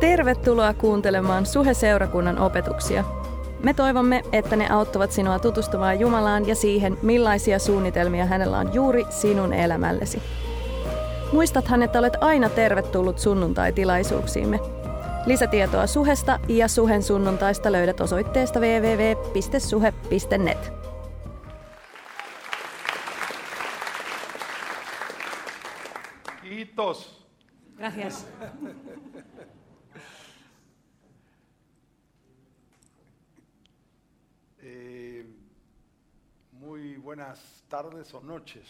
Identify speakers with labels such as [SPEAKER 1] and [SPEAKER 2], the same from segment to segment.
[SPEAKER 1] Tervetuloa kuuntelemaan Suhe-seurakunnan opetuksia. Me toivomme, että ne auttavat sinua tutustumaan Jumalaan ja siihen, millaisia suunnitelmia hänellä on juuri sinun elämällesi. Muistathan, että olet aina tervetullut sunnuntai-tilaisuuksiimme. Lisätietoa Suhesta ja Suhen sunnuntaista löydät osoitteesta www.suhe.net.
[SPEAKER 2] Hijitos.
[SPEAKER 3] Gracias.
[SPEAKER 2] Eh, muy buenas tardes o noches.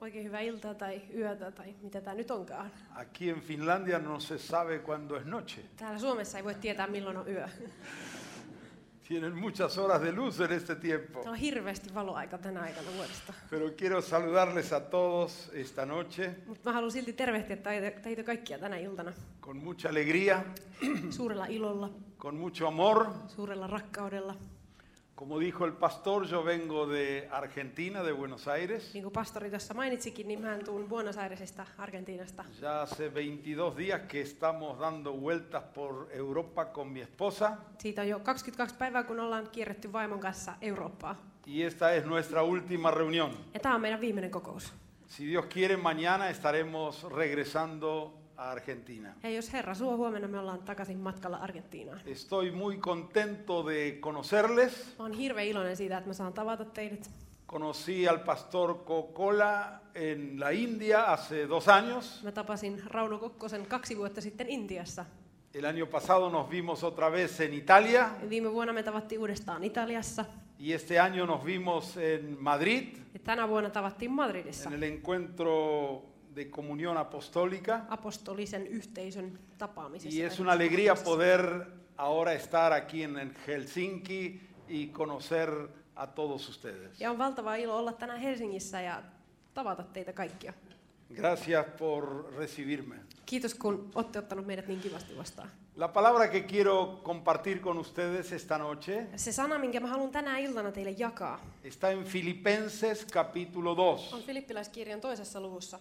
[SPEAKER 3] Oikein hyvää iltaa tai yötä tai mitä tämä nyt onkaan.
[SPEAKER 2] Aquí en Finlandia no se sabe cuándo es noche.
[SPEAKER 3] Täällä Suomessa ei voi tietää milloin on yö.
[SPEAKER 2] Tienen muchas horas de luz en este tiempo.
[SPEAKER 3] Täällä on hirveästi valoaika tänä aikana vuodesta.
[SPEAKER 2] Pero quiero saludarles a todos esta noche
[SPEAKER 3] Mutta mä haluan silti tervehtiä teitä- teitä kaikkia tänä iltana.
[SPEAKER 2] con mucha alegría,
[SPEAKER 3] Suurella ilolla,
[SPEAKER 2] con mucho amor.
[SPEAKER 3] suurella rakkaudella.
[SPEAKER 2] Como dijo el pastor, yo vengo de Argentina, de Buenos Aires.
[SPEAKER 3] Niin kuin pastori tuossa mainitsikin, niin mä tuun Buenos Airesista, Argentiinasta.
[SPEAKER 2] Ya hace 22 días que estamos dando vueltas por Europa con mi esposa
[SPEAKER 3] Siitä on jo 22 päivää, kun ollaan kierretty vaimon kanssa Eurooppaa.
[SPEAKER 2] y esta es nuestra última reunión.
[SPEAKER 3] Ja tämä on meidän viimeinen kokous.
[SPEAKER 2] Si Dios quiere, mañana estaremos regresando a Argentina.
[SPEAKER 3] Ja jos Herra suo huomenna, me ollaan takaisin matkalla Argentiinaan.
[SPEAKER 2] Estoy muy contento de conocerles.
[SPEAKER 3] Mä oon hirveän iloinen siitä, että mä saan tavata teidät.
[SPEAKER 2] Conocí al pastor Coca-Cola en la India hace dos años.
[SPEAKER 3] Mä tapasin Rauno Kokkosen kaksi vuotta sitten Intiassa.
[SPEAKER 2] El año pasado nos vimos otra vez en Italia
[SPEAKER 3] Viime vuonna me tavattiin uudestaan Italiassa.
[SPEAKER 2] y este año nos vimos en Madrid,
[SPEAKER 3] Ja tänä vuonna tavattiin Madridissa
[SPEAKER 2] en el encuentro de comunión apostólica.
[SPEAKER 3] apostolisen yhteisön tapaamisessa.
[SPEAKER 2] Y es una alegría poder ahora estar aquí en Helsinki y conocer a todos ustedes.
[SPEAKER 3] Ja on valtava ilo olla tänään Helsingissä ja tavata teitä kaikkia.
[SPEAKER 2] Gracias por recibirme.
[SPEAKER 3] Kiitos kun olette ottanut meidät niin kivasti vastaan.
[SPEAKER 2] La palabra que quiero compartir con ustedes esta noche
[SPEAKER 3] Se sana, minkä mä haluan tänä iltana teille jakaa,
[SPEAKER 2] está en Filipenses capítulo
[SPEAKER 3] on
[SPEAKER 2] 2.
[SPEAKER 3] Filippiläiskirjan toisessa luvussa.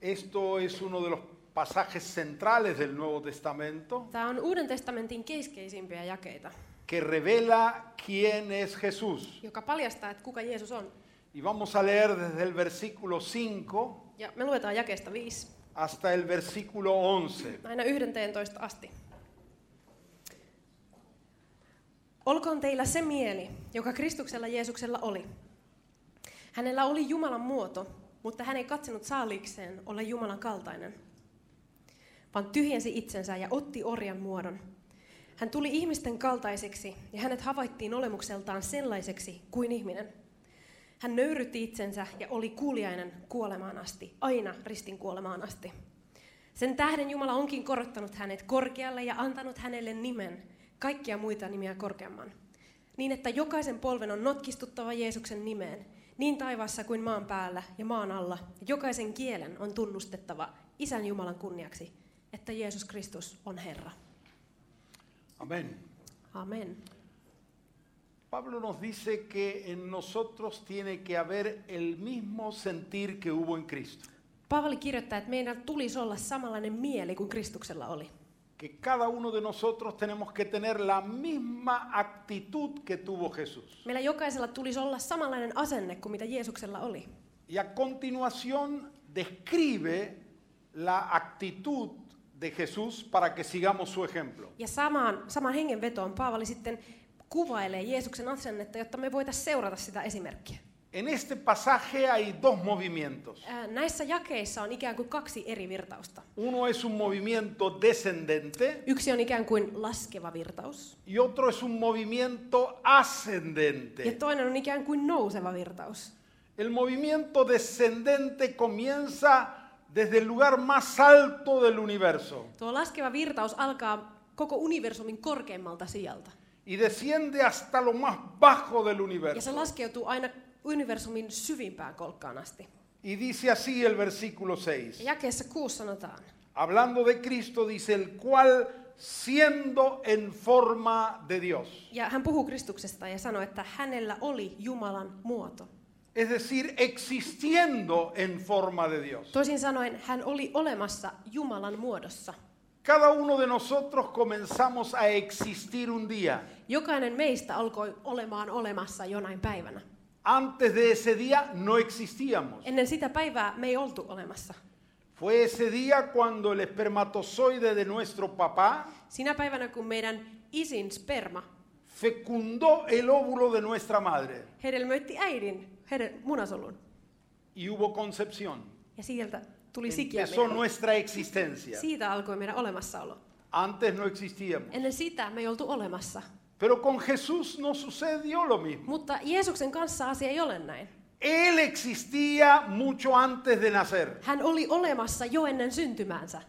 [SPEAKER 2] Esto es uno de los pasajes centrales del Nuevo Testamento
[SPEAKER 3] Tämä on Uuden testamentin keskeisimpiä jakeita,
[SPEAKER 2] que revela quién es Jesús.
[SPEAKER 3] joka paljastaa, että kuka Jeesus on.
[SPEAKER 2] Y vamos a leer desde el versículo 5
[SPEAKER 3] Ja me luetaan jakeesta 5.
[SPEAKER 2] hasta el versículo 11.
[SPEAKER 3] aina 11 asti. Olkoon teillä se mieli, joka Kristuksella Jeesuksella oli. Hänellä oli Jumalan muoto, mutta hän ei katsonut saalikseen olla Jumalan kaltainen, vaan tyhjensi itsensä ja otti orjan muodon. Hän tuli ihmisten kaltaiseksi ja hänet havaittiin olemukseltaan sellaiseksi kuin ihminen. Hän nöyrytti itsensä ja oli kuuliainen kuolemaan asti, aina ristin kuolemaan asti. Sen tähden Jumala onkin korottanut hänet korkealle ja antanut hänelle nimen, kaikkia muita nimiä korkeamman. Niin, että jokaisen polven on notkistuttava Jeesuksen nimeen, niin taivaassa kuin maan päällä ja maan alla. Ja jokaisen kielen on tunnustettava Isän Jumalan kunniaksi, että Jeesus Kristus on Herra.
[SPEAKER 2] Amén.
[SPEAKER 3] Amen.
[SPEAKER 2] Pablo nos dice que en nosotros tiene que haber el mismo sentir que hubo en Cristo.
[SPEAKER 3] Paavali kirjoittaa, että meidän tulisi olla samanlainen mieli kuin Kristuksella oli.
[SPEAKER 2] que cada uno de nosotros tenemos que tener la misma actitud que tuvo Jesús.
[SPEAKER 3] Meillä jokaisella tulisi olla samanlainen asenne kuin mitä Jeesuksella oli.
[SPEAKER 2] Y a continuación describe la actitud de Jesús para que sigamos su ejemplo.
[SPEAKER 3] Ja samaan, samaan hengenvetoon Paavali sitten kuvailee Jeesuksen asennetta, jotta me voitaisiin seurata sitä esimerkkiä.
[SPEAKER 2] En este pasaje hay dos movimientos.
[SPEAKER 3] Ää, Näissä jakeissa on ikään kuin kaksi eri virtausta.
[SPEAKER 2] Uno es un movimiento descendente
[SPEAKER 3] Yksi on ikään kuin laskeva virtaus,
[SPEAKER 2] y otro es un movimiento
[SPEAKER 3] ja
[SPEAKER 2] ascendente.
[SPEAKER 3] toinen on ikään kuin nouseva virtaus.
[SPEAKER 2] El movimiento descendente comienza desde el lugar más alto del universo.
[SPEAKER 3] Tuo laskeva virtaus alkaa koko universumin korkeimmalta sijalta.
[SPEAKER 2] y desciende hasta lo más bajo del
[SPEAKER 3] Ja se
[SPEAKER 2] universo.
[SPEAKER 3] laskeutuu aina universumin syvimpään kolkkaan asti.
[SPEAKER 2] Y dice así el versículo
[SPEAKER 3] Ja
[SPEAKER 2] 6.
[SPEAKER 3] jakeessa kuusi sanotaan,
[SPEAKER 2] Hablando de Cristo dice, el cual siendo en forma de Dios.
[SPEAKER 3] ja hän puhuu Kristuksesta ja sanoo, että hänellä oli Jumalan muoto.
[SPEAKER 2] Es decir, existiendo en forma de Dios.
[SPEAKER 3] Toisin sanoen, hän oli olemassa Jumalan muodossa.
[SPEAKER 2] Cada uno de nosotros comenzamos a existir un día.
[SPEAKER 3] Jokainen meistä alkoi olemaan olemassa jonain päivänä.
[SPEAKER 2] Antes de ese día no existíamos.
[SPEAKER 3] Ennen sitä päivää me ei oltu olemassa.
[SPEAKER 2] Fue ese día cuando el espermatozoide de nuestro papá
[SPEAKER 3] Sinä päivänä, kun meidän isin sperma
[SPEAKER 2] fecundó el óvulo de nuestra madre
[SPEAKER 3] hedelmöitti äidin hedel- munasolun,
[SPEAKER 2] y hubo concepción.
[SPEAKER 3] ja sieltä
[SPEAKER 2] Niin,
[SPEAKER 3] tuli sikiö
[SPEAKER 2] Empezó
[SPEAKER 3] meille.
[SPEAKER 2] nuestra existencia.
[SPEAKER 3] Siitä alkoi meidän olemassaolo.
[SPEAKER 2] Antes no existíamos.
[SPEAKER 3] Ennen sitä me ei oltu olemassa.
[SPEAKER 2] Pero con Jesús no sucedió lo mismo.
[SPEAKER 3] Mutta Jeesuksen kanssa asia ei ole näin.
[SPEAKER 2] Él existía mucho antes de nacer,
[SPEAKER 3] Hän oli olemassa jo ennen syntymäänsä.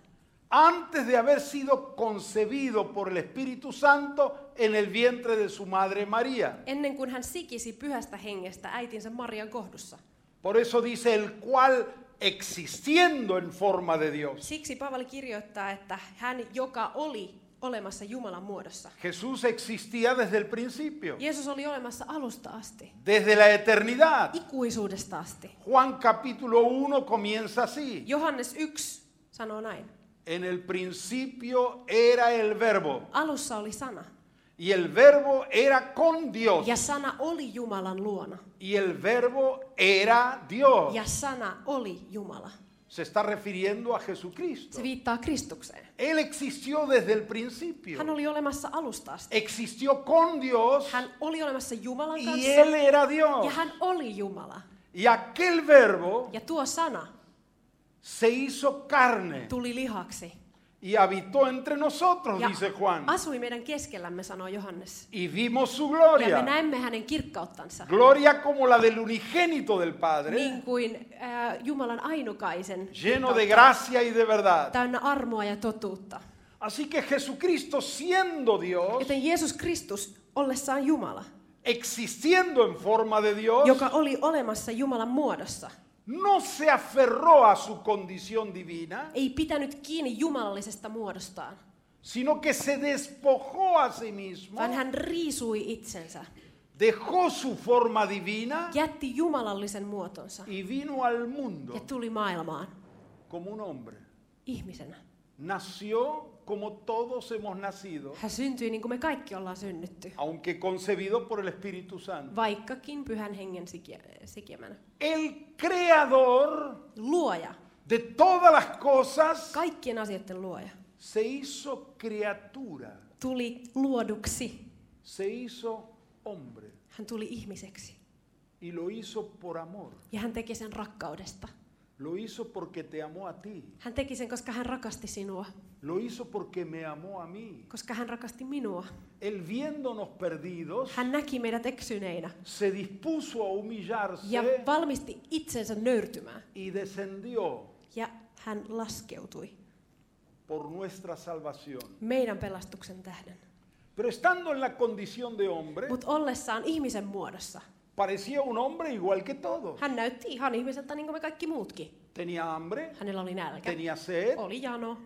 [SPEAKER 2] antes de haber sido concebido por el Espíritu Santo en el vientre de su madre María.
[SPEAKER 3] Ennen kuin hän sikisi pyhästä hengestä äitinsä Marian kohdussa.
[SPEAKER 2] Por eso dice el cual existiendo en forma de Dios.
[SPEAKER 3] Siksi Paavali kirjoittaa, että hän, joka oli olemassa Jumalan muodossa.
[SPEAKER 2] Jesús existía desde el principio,
[SPEAKER 3] Jeesus oli olemassa alusta asti,
[SPEAKER 2] desde la eternidad.
[SPEAKER 3] ikuisuudesta asti.
[SPEAKER 2] Juan capítulo 1 comienza así.
[SPEAKER 3] Johannes 1 sanoo näin.
[SPEAKER 2] En el principio era el verbo
[SPEAKER 3] Alussa oli sana,
[SPEAKER 2] y el verbo era con Dios
[SPEAKER 3] ja sana oli Jumalan luona.
[SPEAKER 2] y el verbo era Dios.
[SPEAKER 3] Ja sana oli Jumala.
[SPEAKER 2] Se está refiriendo a Jesucristo.
[SPEAKER 3] Se viittaa Kristukseen.
[SPEAKER 2] Él existió desde el principio.
[SPEAKER 3] Hän oli olemassa alusta asti.
[SPEAKER 2] Existió con Dios
[SPEAKER 3] Hän oli olemassa Jumalan
[SPEAKER 2] y Él
[SPEAKER 3] kanssa,
[SPEAKER 2] era
[SPEAKER 3] ja
[SPEAKER 2] Dios.
[SPEAKER 3] hän oli Jumala.
[SPEAKER 2] Y aquel verbo
[SPEAKER 3] Ja tuo sana
[SPEAKER 2] se hizo carne
[SPEAKER 3] tuli lihaksi
[SPEAKER 2] y habitó entre nosotros,
[SPEAKER 3] ja
[SPEAKER 2] dice Juan.
[SPEAKER 3] asui meidän keskellämme, sanoo Johannes.
[SPEAKER 2] Y vimos su
[SPEAKER 3] Ja me
[SPEAKER 2] gloria.
[SPEAKER 3] näemme hänen kirkkauttansa,
[SPEAKER 2] Gloria como la del unigénito del Padre,
[SPEAKER 3] niin kuin äh, Jumalan ainukaisen,
[SPEAKER 2] lleno de
[SPEAKER 3] kirkkautta,
[SPEAKER 2] gracia y de verdad.
[SPEAKER 3] täynnä armoa ja totuutta.
[SPEAKER 2] Así que Jesucristo siendo Dios,
[SPEAKER 3] Joten Jeesus Kristus ollessaan Jumala,
[SPEAKER 2] existiendo en forma de Dios,
[SPEAKER 3] joka oli olemassa Jumalan muodossa,
[SPEAKER 2] no se aferró a su condición divina,
[SPEAKER 3] ei pitänyt kiinni jumalallisesta muodostaan,
[SPEAKER 2] sino que se despojó a sí mismo,
[SPEAKER 3] vaan hän riisui itsensä,
[SPEAKER 2] dejó su forma divina
[SPEAKER 3] jätti jumalallisen muotonsa
[SPEAKER 2] y vino al
[SPEAKER 3] ja
[SPEAKER 2] mundo
[SPEAKER 3] tuli maailmaan
[SPEAKER 2] como un hombre.
[SPEAKER 3] ihmisenä.
[SPEAKER 2] Nació como todos hemos nacido,
[SPEAKER 3] Hän syntyi niin kuin me kaikki ollaan synnytty,
[SPEAKER 2] aunque concebido por el Espíritu Santo.
[SPEAKER 3] vaikkakin pyhän hengen sikiä- sikiämänä.
[SPEAKER 2] El creador
[SPEAKER 3] Luoja,
[SPEAKER 2] de todas las cosas
[SPEAKER 3] kaikkien asioiden luoja,
[SPEAKER 2] se hizo criatura.
[SPEAKER 3] tuli luoduksi.
[SPEAKER 2] se hizo hombre
[SPEAKER 3] Hän tuli ihmiseksi
[SPEAKER 2] y lo hizo por amor.
[SPEAKER 3] ja hän teki sen rakkaudesta.
[SPEAKER 2] Lo hizo porque te amó a ti.
[SPEAKER 3] Hän teki sen, koska hän rakasti sinua,
[SPEAKER 2] Lo hizo porque me amó a mí.
[SPEAKER 3] koska hän rakasti minua.
[SPEAKER 2] Él viéndonos perdidos,
[SPEAKER 3] Hän näki meidät eksyneinä
[SPEAKER 2] se dispuso a
[SPEAKER 3] ja
[SPEAKER 2] humillarse
[SPEAKER 3] valmisti itsensä nöyrtymään.
[SPEAKER 2] y descendió
[SPEAKER 3] Ja hän laskeutui
[SPEAKER 2] por nuestra salvación.
[SPEAKER 3] meidän pelastuksen tähden.
[SPEAKER 2] Pero estando en la condición de hombre,
[SPEAKER 3] Mutta ollessaan ihmisen muodossa,
[SPEAKER 2] parecía un hombre igual que todos.
[SPEAKER 3] hän näytti ihan ihmiseltä niin kuin me kaikki muutkin.
[SPEAKER 2] Tenía hambre,
[SPEAKER 3] Hänellä oli nälkä,
[SPEAKER 2] tenía sed,
[SPEAKER 3] oli jano,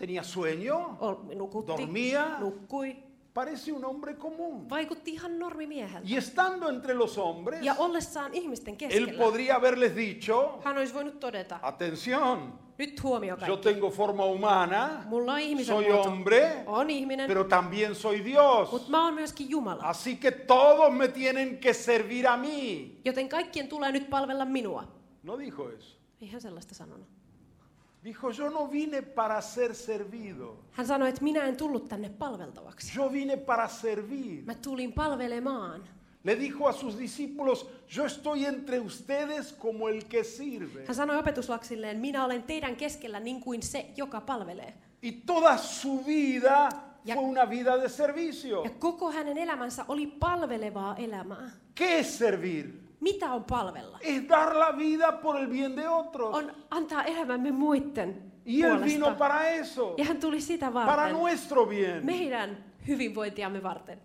[SPEAKER 2] tenía sueño.
[SPEAKER 3] Ol, nukutti,
[SPEAKER 2] Dormía.
[SPEAKER 3] nukkui.
[SPEAKER 2] Parece un hombre común.
[SPEAKER 3] Vaikutti ihan normimieheltä.
[SPEAKER 2] Y estando entre los hombres,
[SPEAKER 3] Ja ollessaan ihmisten
[SPEAKER 2] él
[SPEAKER 3] keskellä,
[SPEAKER 2] podría haberles dicho,
[SPEAKER 3] hän olisi voinut todeta,
[SPEAKER 2] Atención,
[SPEAKER 3] nyt huomio
[SPEAKER 2] yo
[SPEAKER 3] kaikki.
[SPEAKER 2] tengo forma humana,
[SPEAKER 3] Mulla on ihmisen
[SPEAKER 2] soy
[SPEAKER 3] muoto.
[SPEAKER 2] hombre,
[SPEAKER 3] On ihminen,
[SPEAKER 2] pero también soy
[SPEAKER 3] mutta
[SPEAKER 2] Dios.
[SPEAKER 3] mä oon myöskin Jumala.
[SPEAKER 2] Así que todos me tienen que servir a mí.
[SPEAKER 3] Joten kaikkien tulee nyt palvella minua.
[SPEAKER 2] No dijo eso.
[SPEAKER 3] Ei hän sellaista sanonut.
[SPEAKER 2] Dijo, yo no vine para ser servido,
[SPEAKER 3] Hän sanoi, että minä en tullut tänne palveltavaksi.
[SPEAKER 2] yo vine para servir.
[SPEAKER 3] Mä tulin palvelemaan.
[SPEAKER 2] Le dijo a sus discípulos, yo estoy entre ustedes como el que sirve.
[SPEAKER 3] Hän sanoi opetuslaksilleen, minä olen teidän keskellä niin kuin se, joka palvelee.
[SPEAKER 2] Y toda su vida
[SPEAKER 3] Ya-
[SPEAKER 2] fue una vida de servicio.
[SPEAKER 3] Ja koko hänen elämänsä oli palvelevaa elämää.
[SPEAKER 2] ¿Qué es servir?
[SPEAKER 3] Mitä on palvella?
[SPEAKER 2] Es dar la vida por el bien de otros.
[SPEAKER 3] on antaa elämämme muiden
[SPEAKER 2] Y Él vino
[SPEAKER 3] puolesta.
[SPEAKER 2] para eso,
[SPEAKER 3] Ja hän tuli sitä
[SPEAKER 2] para
[SPEAKER 3] varten,
[SPEAKER 2] nuestro bien.
[SPEAKER 3] meidän hyvinvointiamme varten.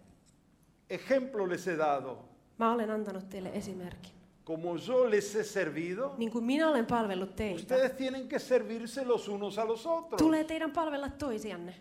[SPEAKER 2] Ejemplo les he dado.
[SPEAKER 3] Mä olen antanut teille esimerkin.
[SPEAKER 2] Como yo les he servido,
[SPEAKER 3] Niin kuin minä olen palvellut teitä,
[SPEAKER 2] ustedes tienen que servirse los unos a los otros.
[SPEAKER 3] tulee teidän palvella toisianne.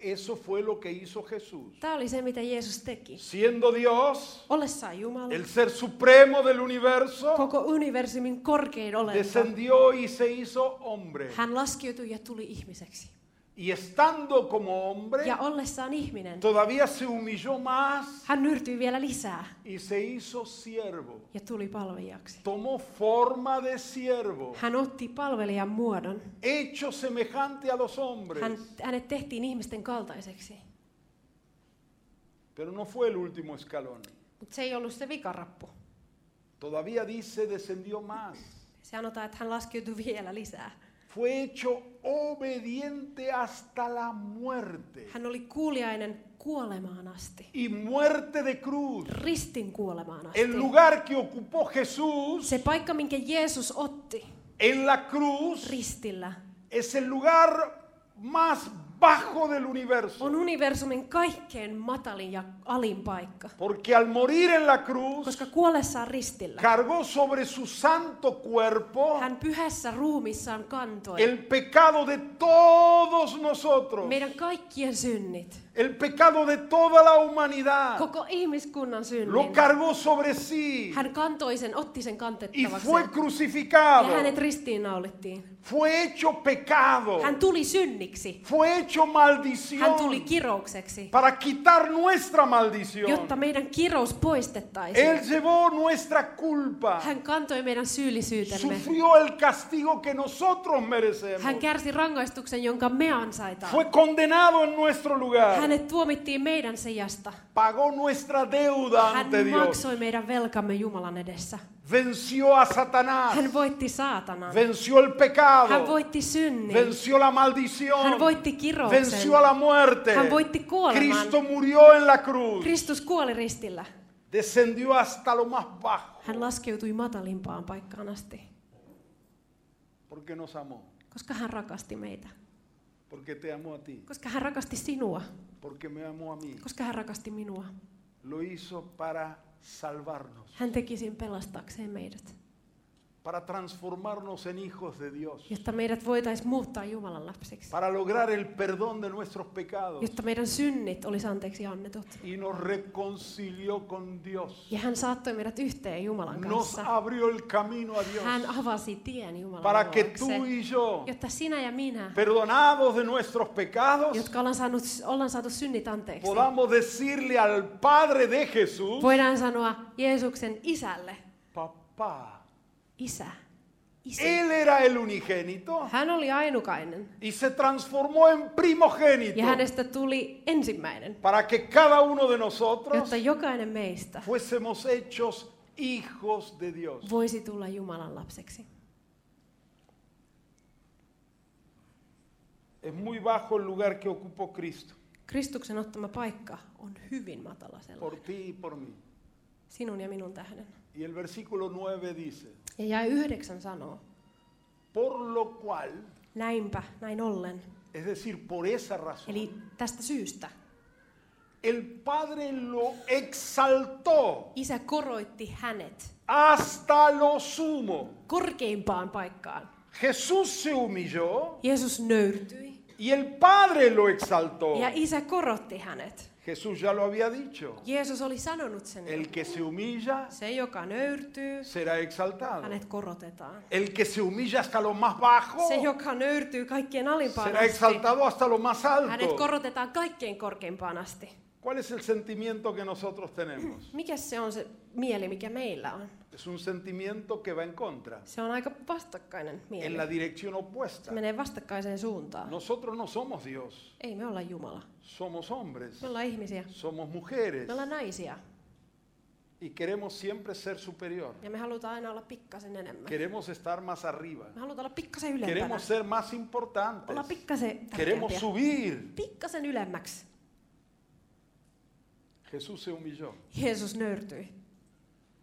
[SPEAKER 2] Eso fue lo que hizo Jesús.
[SPEAKER 3] Tämä oli se, mitä Jeesus teki.
[SPEAKER 2] Siendo Dios,
[SPEAKER 3] Ollessaan Jumala,
[SPEAKER 2] el ser supremo del universo,
[SPEAKER 3] koko universumin korkein olento,
[SPEAKER 2] descendió y se hizo hombre.
[SPEAKER 3] hän laskeutui ja tuli ihmiseksi.
[SPEAKER 2] Y estando como hombre,
[SPEAKER 3] Ja ollessaan ihminen,
[SPEAKER 2] todavía se humilló más
[SPEAKER 3] hän nyrtyi vielä lisää
[SPEAKER 2] y se hizo siervo.
[SPEAKER 3] ja tuli palvelijaksi.
[SPEAKER 2] Tomó forma de siervo,
[SPEAKER 3] Hän otti palvelijan muodon.
[SPEAKER 2] hecho semejante a los
[SPEAKER 3] Hän,
[SPEAKER 2] hombres.
[SPEAKER 3] hänet tehtiin ihmisten kaltaiseksi.
[SPEAKER 2] Pero no fue el último escalón.
[SPEAKER 3] Mutta se ei ollut se vikarappu.
[SPEAKER 2] Todavía dice, descendió más.
[SPEAKER 3] Se sanotaan, että hän laskeutui vielä lisää.
[SPEAKER 2] Fue hecho obediente hasta la muerte.
[SPEAKER 3] Hän oli kuuliainen kuolemaan asti.
[SPEAKER 2] Y muerte de cruz.
[SPEAKER 3] Ristin kuolemaan asti.
[SPEAKER 2] El lugar que ocupó Jesús
[SPEAKER 3] Se paikka, minkä Jeesus otti
[SPEAKER 2] en la cruz
[SPEAKER 3] ristillä,
[SPEAKER 2] es el lugar más bajo del
[SPEAKER 3] on
[SPEAKER 2] universo.
[SPEAKER 3] universumin kaikkein matalin ja alin paikka.
[SPEAKER 2] Porque al morir en la cruz,
[SPEAKER 3] Koska kuollessaan ristillä,
[SPEAKER 2] cargó sobre su santo cuerpo
[SPEAKER 3] hän pyhässä ruumissaan kantoi
[SPEAKER 2] el pecado de todos nosotros,
[SPEAKER 3] meidän kaikkien synnit,
[SPEAKER 2] el pecado de toda la humanidad.
[SPEAKER 3] koko ihmiskunnan
[SPEAKER 2] Lo
[SPEAKER 3] synnin.
[SPEAKER 2] cargó sobre sí
[SPEAKER 3] Hän kantoi sen, otti sen
[SPEAKER 2] y
[SPEAKER 3] kantettavaksi.
[SPEAKER 2] fue
[SPEAKER 3] Ja
[SPEAKER 2] crucificado.
[SPEAKER 3] hänet ristiinnaulittiin.
[SPEAKER 2] Fue hecho pecado.
[SPEAKER 3] Hän tuli synniksi.
[SPEAKER 2] Fue hecho
[SPEAKER 3] Hän tuli
[SPEAKER 2] maldición
[SPEAKER 3] kiroukseksi,
[SPEAKER 2] para quitar nuestra
[SPEAKER 3] jotta
[SPEAKER 2] maldición.
[SPEAKER 3] meidän kirous poistettaisiin.
[SPEAKER 2] Él llevó nuestra culpa.
[SPEAKER 3] Hän kantoi meidän syyllisyytemme.
[SPEAKER 2] Sufrió el castigo que nosotros
[SPEAKER 3] Hän
[SPEAKER 2] merecemos.
[SPEAKER 3] kärsi rangaistuksen, jonka me ansaitaan.
[SPEAKER 2] Fue condenado en nuestro lugar.
[SPEAKER 3] Hänet tuomittiin meidän sijasta.
[SPEAKER 2] Pagó nuestra deuda
[SPEAKER 3] Hän
[SPEAKER 2] ante Dios.
[SPEAKER 3] maksoi meidän velkamme Jumalan edessä.
[SPEAKER 2] Venció a Satanás.
[SPEAKER 3] Hän voitti saatanan.
[SPEAKER 2] Venció el
[SPEAKER 3] Hän
[SPEAKER 2] pecado.
[SPEAKER 3] voitti synnin.
[SPEAKER 2] Venció la maldición.
[SPEAKER 3] Hän voitti kirouksen.
[SPEAKER 2] Venció a la muerte.
[SPEAKER 3] Hän voitti kuoleman.
[SPEAKER 2] Cristo murió en la cruz.
[SPEAKER 3] Kristus kuoli ristillä.
[SPEAKER 2] Descendió hasta lo más bajo
[SPEAKER 3] Hän laskeutui matalimpaan paikkaan asti,
[SPEAKER 2] porque nos amó,
[SPEAKER 3] koska hän rakasti meitä.
[SPEAKER 2] porque te amó a ti,
[SPEAKER 3] Koska hän rakasti sinua.
[SPEAKER 2] porque me amó a mí.
[SPEAKER 3] Koska hän rakasti minua.
[SPEAKER 2] Lo hizo para salvarnos,
[SPEAKER 3] Hän teki sen pelastakseen meidät,
[SPEAKER 2] para transformarnos en hijos de Dios,
[SPEAKER 3] jotta meidät voitaisiin muuttaa Jumalan lapsiksi.
[SPEAKER 2] para lograr el perdón de nuestros pecados
[SPEAKER 3] Jotta meidän synnit olisi anteeksi annetut.
[SPEAKER 2] y nos reconcilió con Dios.
[SPEAKER 3] Ja hän saattoi meidät yhteen Jumalan
[SPEAKER 2] Nos
[SPEAKER 3] kanssa.
[SPEAKER 2] abrió el camino a Dios
[SPEAKER 3] Hän avasi tien Jumalan
[SPEAKER 2] para que
[SPEAKER 3] luokse,
[SPEAKER 2] tú y yo,
[SPEAKER 3] jotta sinä ja minä,
[SPEAKER 2] perdonados de nuestros pecados,
[SPEAKER 3] jotka ollaan, saanut, ollaan saatu synnit anteeksi,
[SPEAKER 2] podamos decirle al Padre de Jesús,
[SPEAKER 3] voidaan sanoa Jeesuksen isälle,
[SPEAKER 2] papá,
[SPEAKER 3] isä, isä.
[SPEAKER 2] él era el unigénito
[SPEAKER 3] Hän oli ainukainen
[SPEAKER 2] y se transformó en primogénito
[SPEAKER 3] ja hänestä tuli ensimmäinen,
[SPEAKER 2] para que cada uno de
[SPEAKER 3] jotta
[SPEAKER 2] nosotros
[SPEAKER 3] jokainen meistä
[SPEAKER 2] fuésemos hechos hijos de Dios.
[SPEAKER 3] voisi tulla Jumalan lapseksi.
[SPEAKER 2] Es muy bajo el lugar que ocupó Cristo,
[SPEAKER 3] Kristuksen ottama paikka on hyvin matala sellainen,
[SPEAKER 2] por ti y por mí.
[SPEAKER 3] sinun ja minun tähden.
[SPEAKER 2] Y el versículo 9 dice,
[SPEAKER 3] Ja jäi yhdeksän sanoo,
[SPEAKER 2] por lo cual,
[SPEAKER 3] näinpä, näin ollen.
[SPEAKER 2] es decir, por esa razón,
[SPEAKER 3] Eli tästä syystä
[SPEAKER 2] el Padre lo exaltó
[SPEAKER 3] isä koroitti hänet
[SPEAKER 2] hasta lo sumo.
[SPEAKER 3] korkeimpaan paikkaan.
[SPEAKER 2] Jesús se humilló
[SPEAKER 3] Jeesus nöyrtyi
[SPEAKER 2] y el Padre lo exaltó.
[SPEAKER 3] ja isä korotti hänet.
[SPEAKER 2] Jesús ya lo había dicho.
[SPEAKER 3] Jeesus oli sanonut sen. jo.
[SPEAKER 2] El que se humilla
[SPEAKER 3] Se, joka nöyrtyy,
[SPEAKER 2] será exaltado.
[SPEAKER 3] hänet korotetaan.
[SPEAKER 2] El que se humilla hasta lo más bajo
[SPEAKER 3] Se, joka nöyrtyy kaikkien alimpaan
[SPEAKER 2] será
[SPEAKER 3] asti,
[SPEAKER 2] exaltado hasta lo más
[SPEAKER 3] hänet
[SPEAKER 2] alto.
[SPEAKER 3] korotetaan kaikkein korkeimpaan asti.
[SPEAKER 2] ¿Cuál es el sentimiento que nosotros tenemos?
[SPEAKER 3] Mikä se on se mieli, mikä meillä on?
[SPEAKER 2] Es un sentimiento que va en contra,
[SPEAKER 3] Se on aika vastakkainen
[SPEAKER 2] en
[SPEAKER 3] mieli.
[SPEAKER 2] la dirección
[SPEAKER 3] Se
[SPEAKER 2] opuesta.
[SPEAKER 3] menee vastakkaiseen suuntaan.
[SPEAKER 2] Nosotros no somos Dios,
[SPEAKER 3] Ei me olla Jumala.
[SPEAKER 2] somos hombres,
[SPEAKER 3] Me ollaan ihmisiä.
[SPEAKER 2] somos mujeres
[SPEAKER 3] Me ollaan naisia.
[SPEAKER 2] y queremos siempre ser superior.
[SPEAKER 3] Ja me halutaan aina olla pikkasen enemmän.
[SPEAKER 2] Queremos estar más arriba,
[SPEAKER 3] Me halutaan olla pikkasen ylempänä.
[SPEAKER 2] queremos ser más
[SPEAKER 3] Olla
[SPEAKER 2] importantes,
[SPEAKER 3] pikkasen
[SPEAKER 2] queremos
[SPEAKER 3] tärkeämpiä.
[SPEAKER 2] subir.
[SPEAKER 3] Pikkasen ylemmäksi.
[SPEAKER 2] Jesús se humilló
[SPEAKER 3] Jeesus nöyrtyi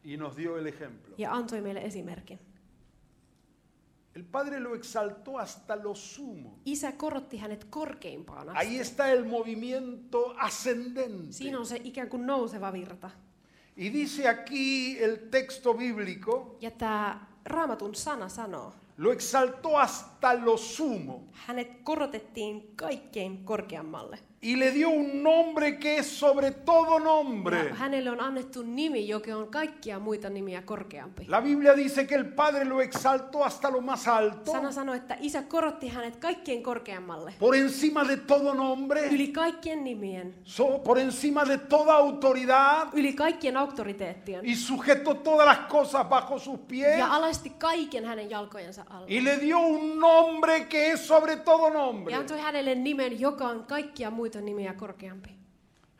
[SPEAKER 2] y nos dio el ejemplo.
[SPEAKER 3] ja antoi meille esimerkin.
[SPEAKER 2] El Padre lo exaltó hasta lo sumo.
[SPEAKER 3] Isä korotti hänet korkeimpaan asti.
[SPEAKER 2] Ahí está el movimiento ascendente.
[SPEAKER 3] Siinä on se ikään kuin nouseva virta.
[SPEAKER 2] Y dice aquí el texto bíblico,
[SPEAKER 3] Ja tämä raamatun sana sanoo,
[SPEAKER 2] lo exaltó hasta lo sumo.
[SPEAKER 3] hänet korotettiin kaikkein korkeammalle.
[SPEAKER 2] y le dio un nombre que es sobre todo nombre.
[SPEAKER 3] Ja hänelle on annettu nimi, joka on kaikkia muita nimiä korkeampi.
[SPEAKER 2] La Biblia dice que el Padre lo exaltó hasta lo más alto,
[SPEAKER 3] Sana sanoi, että isä korotti hänet kaikkien korkeammalle.
[SPEAKER 2] por encima de todo nombre,
[SPEAKER 3] Yli kaikkien nimien,
[SPEAKER 2] so- por encima de toda autoridad,
[SPEAKER 3] yli kaikkien auktoriteettien.
[SPEAKER 2] y sujetó todas las cosas bajo sus pies,
[SPEAKER 3] Ja alasti kaiken hänen jalkojensa alle.
[SPEAKER 2] y le dio un nombre que es sobre todo
[SPEAKER 3] Ja
[SPEAKER 2] nombre.
[SPEAKER 3] antoi hänelle nimen, joka on kaikkia muita nimiä korkeampi.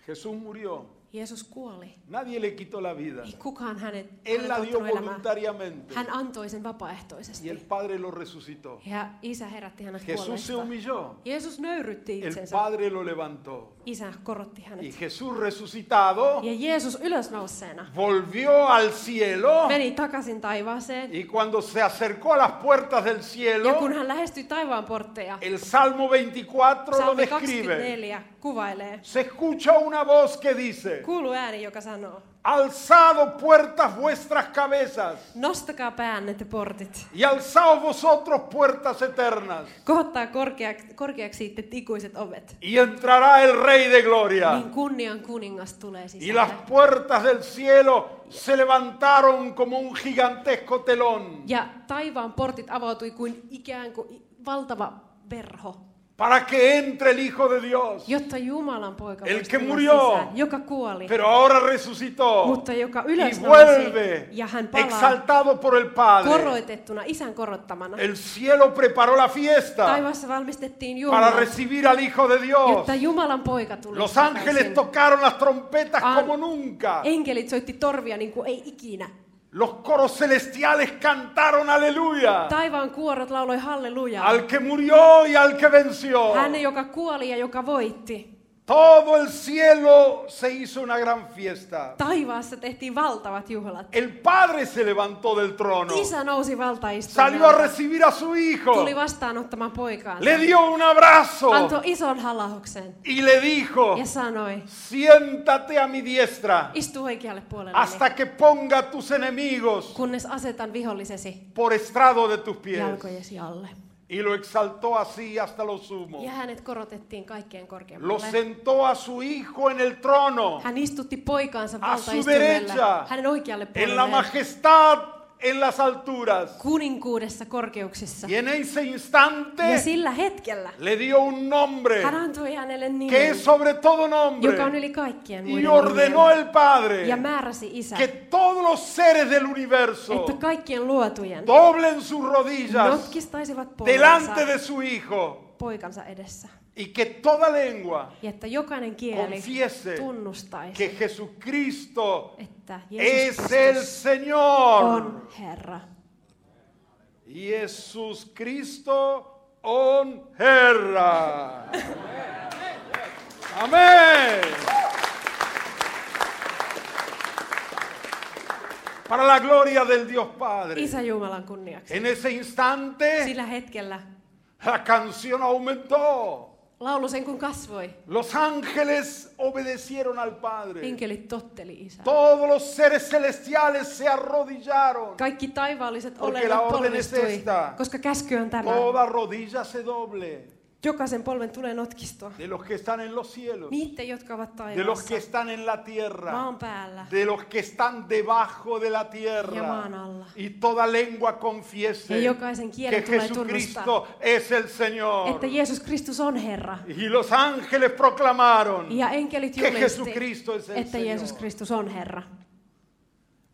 [SPEAKER 2] Jesús murió,
[SPEAKER 3] Jeesus kuoli.
[SPEAKER 2] nadie le quitó la vida,
[SPEAKER 3] Ei kukaan hänet
[SPEAKER 2] Él
[SPEAKER 3] hänet
[SPEAKER 2] la dio
[SPEAKER 3] ottanut elämään.
[SPEAKER 2] voluntariamente,
[SPEAKER 3] Hän antoi sen
[SPEAKER 2] y el
[SPEAKER 3] vapaaehtoisesti.
[SPEAKER 2] Padre lo resucitó.
[SPEAKER 3] Ja isä herätti hänet
[SPEAKER 2] Jesús se
[SPEAKER 3] kuolleista.
[SPEAKER 2] humilló,
[SPEAKER 3] Jeesus nöyrytti
[SPEAKER 2] el
[SPEAKER 3] itsensä.
[SPEAKER 2] Padre lo levantó,
[SPEAKER 3] Isä korotti
[SPEAKER 2] y
[SPEAKER 3] hänet.
[SPEAKER 2] Jesús resucitado
[SPEAKER 3] Ja Jeesus ylösnouseena
[SPEAKER 2] volvió al cielo.
[SPEAKER 3] meni takaisin taivaaseen.
[SPEAKER 2] Y cuando se acercó a las puertas del
[SPEAKER 3] Ja
[SPEAKER 2] cielo,
[SPEAKER 3] kun hän lähestyi taivaan portteja,
[SPEAKER 2] el Salmo 24 lo
[SPEAKER 3] Salmi
[SPEAKER 2] describe.
[SPEAKER 3] 24 kuvailee.
[SPEAKER 2] Se escucha una voz que dice,
[SPEAKER 3] Kuuluu ääni, joka sanoo,
[SPEAKER 2] alzado puertas vuestras cabezas
[SPEAKER 3] nostakaa päänne te portit.
[SPEAKER 2] y alzaos vosotros puertas eternas
[SPEAKER 3] Kohottaa korkeaksi, korkeaksi te ikuiset ovet.
[SPEAKER 2] y entrará el Rey de
[SPEAKER 3] Niin
[SPEAKER 2] Gloria.
[SPEAKER 3] kunnian kuningas tulee
[SPEAKER 2] Y las
[SPEAKER 3] sisälle.
[SPEAKER 2] puertas del cielo se levantaron como un gigantesco telón
[SPEAKER 3] Ja taivaan portit avautui kuin ikään kuin i- valtava verho,
[SPEAKER 2] para que entre el Hijo de Dios,
[SPEAKER 3] jotta Jumalan poika
[SPEAKER 2] El
[SPEAKER 3] voisi
[SPEAKER 2] que
[SPEAKER 3] tulla
[SPEAKER 2] murió.
[SPEAKER 3] sisään, joka kuoli.
[SPEAKER 2] pero ahora resucitó
[SPEAKER 3] Mutta joka
[SPEAKER 2] y
[SPEAKER 3] ylös
[SPEAKER 2] vuelve
[SPEAKER 3] ja hän palaa
[SPEAKER 2] exaltado por el Padre.
[SPEAKER 3] korotettuna, isän korottamana.
[SPEAKER 2] El cielo preparó la fiesta
[SPEAKER 3] Taivaassa valmistettiin
[SPEAKER 2] para
[SPEAKER 3] juhla,
[SPEAKER 2] recibir al Hijo de Dios.
[SPEAKER 3] jotta Jumalan poika tuli
[SPEAKER 2] Los
[SPEAKER 3] takaisin.
[SPEAKER 2] ángeles tocaron las trompetas
[SPEAKER 3] An-
[SPEAKER 2] como nunca.
[SPEAKER 3] Enkelit soitti torvia niin kuin ei ikinä.
[SPEAKER 2] Los coros celestiales cantaron aleluya
[SPEAKER 3] Taivaan kuorot lauloi hallelujaa.
[SPEAKER 2] al que murió y al que venció.
[SPEAKER 3] Hän, joka kuoli ja joka voitti.
[SPEAKER 2] Todo el cielo se hizo una gran fiesta.
[SPEAKER 3] Taivaassa tehtiin valtavat juhlat.
[SPEAKER 2] El Padre se levantó del trono,
[SPEAKER 3] Isä nousi
[SPEAKER 2] salió a
[SPEAKER 3] valtaistuimelta.
[SPEAKER 2] recibir a su Hijo,
[SPEAKER 3] Tuli vastaanottamaan poikaan.
[SPEAKER 2] le dio un abrazo
[SPEAKER 3] Antoi ison halauksen
[SPEAKER 2] y le dijo,
[SPEAKER 3] ja sanoi,
[SPEAKER 2] siéntate a mi diestra
[SPEAKER 3] istu oikealle puolelle,
[SPEAKER 2] hasta que ponga a tus enemigos
[SPEAKER 3] kunnes asetan vihollisesi
[SPEAKER 2] por estrado de tus pies.
[SPEAKER 3] jalkojesi alle.
[SPEAKER 2] Y lo exaltó así hasta lo sumo.
[SPEAKER 3] Ja hänet korotettiin kaikkein
[SPEAKER 2] Lo
[SPEAKER 3] korkeammalle.
[SPEAKER 2] sentó a su hijo en el trono,
[SPEAKER 3] Hän istutti poikaansa
[SPEAKER 2] a su
[SPEAKER 3] valtaistuimella,
[SPEAKER 2] derecha,
[SPEAKER 3] hänen oikealle
[SPEAKER 2] en la
[SPEAKER 3] puolelle,
[SPEAKER 2] majestad, en las alturas.
[SPEAKER 3] kuninkuudessa korkeuksissa.
[SPEAKER 2] Y en ese
[SPEAKER 3] Ja
[SPEAKER 2] instante
[SPEAKER 3] sillä hetkellä
[SPEAKER 2] le dio un nombre
[SPEAKER 3] hän antoi hänelle
[SPEAKER 2] que es
[SPEAKER 3] nimen,
[SPEAKER 2] sobre todo
[SPEAKER 3] joka on
[SPEAKER 2] nombre.
[SPEAKER 3] yli kaikkien
[SPEAKER 2] Y
[SPEAKER 3] muiden
[SPEAKER 2] ordenó
[SPEAKER 3] nimien.
[SPEAKER 2] el Padre
[SPEAKER 3] Ja määräsi isä,
[SPEAKER 2] que todos los seres del universo
[SPEAKER 3] että kaikkien luotujen
[SPEAKER 2] doblen sus rodillas
[SPEAKER 3] notkistaisivat polvensa
[SPEAKER 2] delante de su Hijo
[SPEAKER 3] poikansa edessä.
[SPEAKER 2] y que toda lengua
[SPEAKER 3] Ja että jokainen kieli
[SPEAKER 2] Confiese
[SPEAKER 3] tunnustaisi,
[SPEAKER 2] que Jesucristo
[SPEAKER 3] että Jeesus
[SPEAKER 2] es el
[SPEAKER 3] Kristus
[SPEAKER 2] Señor.
[SPEAKER 3] on Herra.
[SPEAKER 2] Jesús Cristo on Herra. Amén. Para la gloria del Dios Padre.
[SPEAKER 3] Isä Jumalan kunniaksi.
[SPEAKER 2] En ese instante
[SPEAKER 3] Sillä hetkellä
[SPEAKER 2] la canción aumentó.
[SPEAKER 3] laulu sen kun kasvoi,
[SPEAKER 2] Los ángeles obedecieron al Padre.
[SPEAKER 3] enkelit totteli isää.
[SPEAKER 2] Todos los seres celestiales se arrodillaron.
[SPEAKER 3] Kaikki taivaalliset
[SPEAKER 2] Porque
[SPEAKER 3] olennot
[SPEAKER 2] la orden es
[SPEAKER 3] polvistui,
[SPEAKER 2] esta.
[SPEAKER 3] koska käsky on tämä.
[SPEAKER 2] Toda rodilla se doble
[SPEAKER 3] Jokaisen polven tulee notkistua.
[SPEAKER 2] de los que están en los cielos,
[SPEAKER 3] Niiden, jotka ovat
[SPEAKER 2] de los
[SPEAKER 3] taivaassa,
[SPEAKER 2] que están en la tierra,
[SPEAKER 3] maan päällä.
[SPEAKER 2] de los que están debajo de la
[SPEAKER 3] Ja
[SPEAKER 2] tierra.
[SPEAKER 3] maan alla.
[SPEAKER 2] Y toda lengua
[SPEAKER 3] Ja
[SPEAKER 2] confiese
[SPEAKER 3] jokaisen kielen
[SPEAKER 2] que
[SPEAKER 3] tulee
[SPEAKER 2] Jesucristo es el Señor.
[SPEAKER 3] Että Jeesus Kristus on Herra.
[SPEAKER 2] Y los ángeles proclamaron.
[SPEAKER 3] Ja enkelit
[SPEAKER 2] Que
[SPEAKER 3] julisti,
[SPEAKER 2] Jesucristo es el
[SPEAKER 3] että
[SPEAKER 2] Señor.
[SPEAKER 3] Jeesus Kristus on Herra.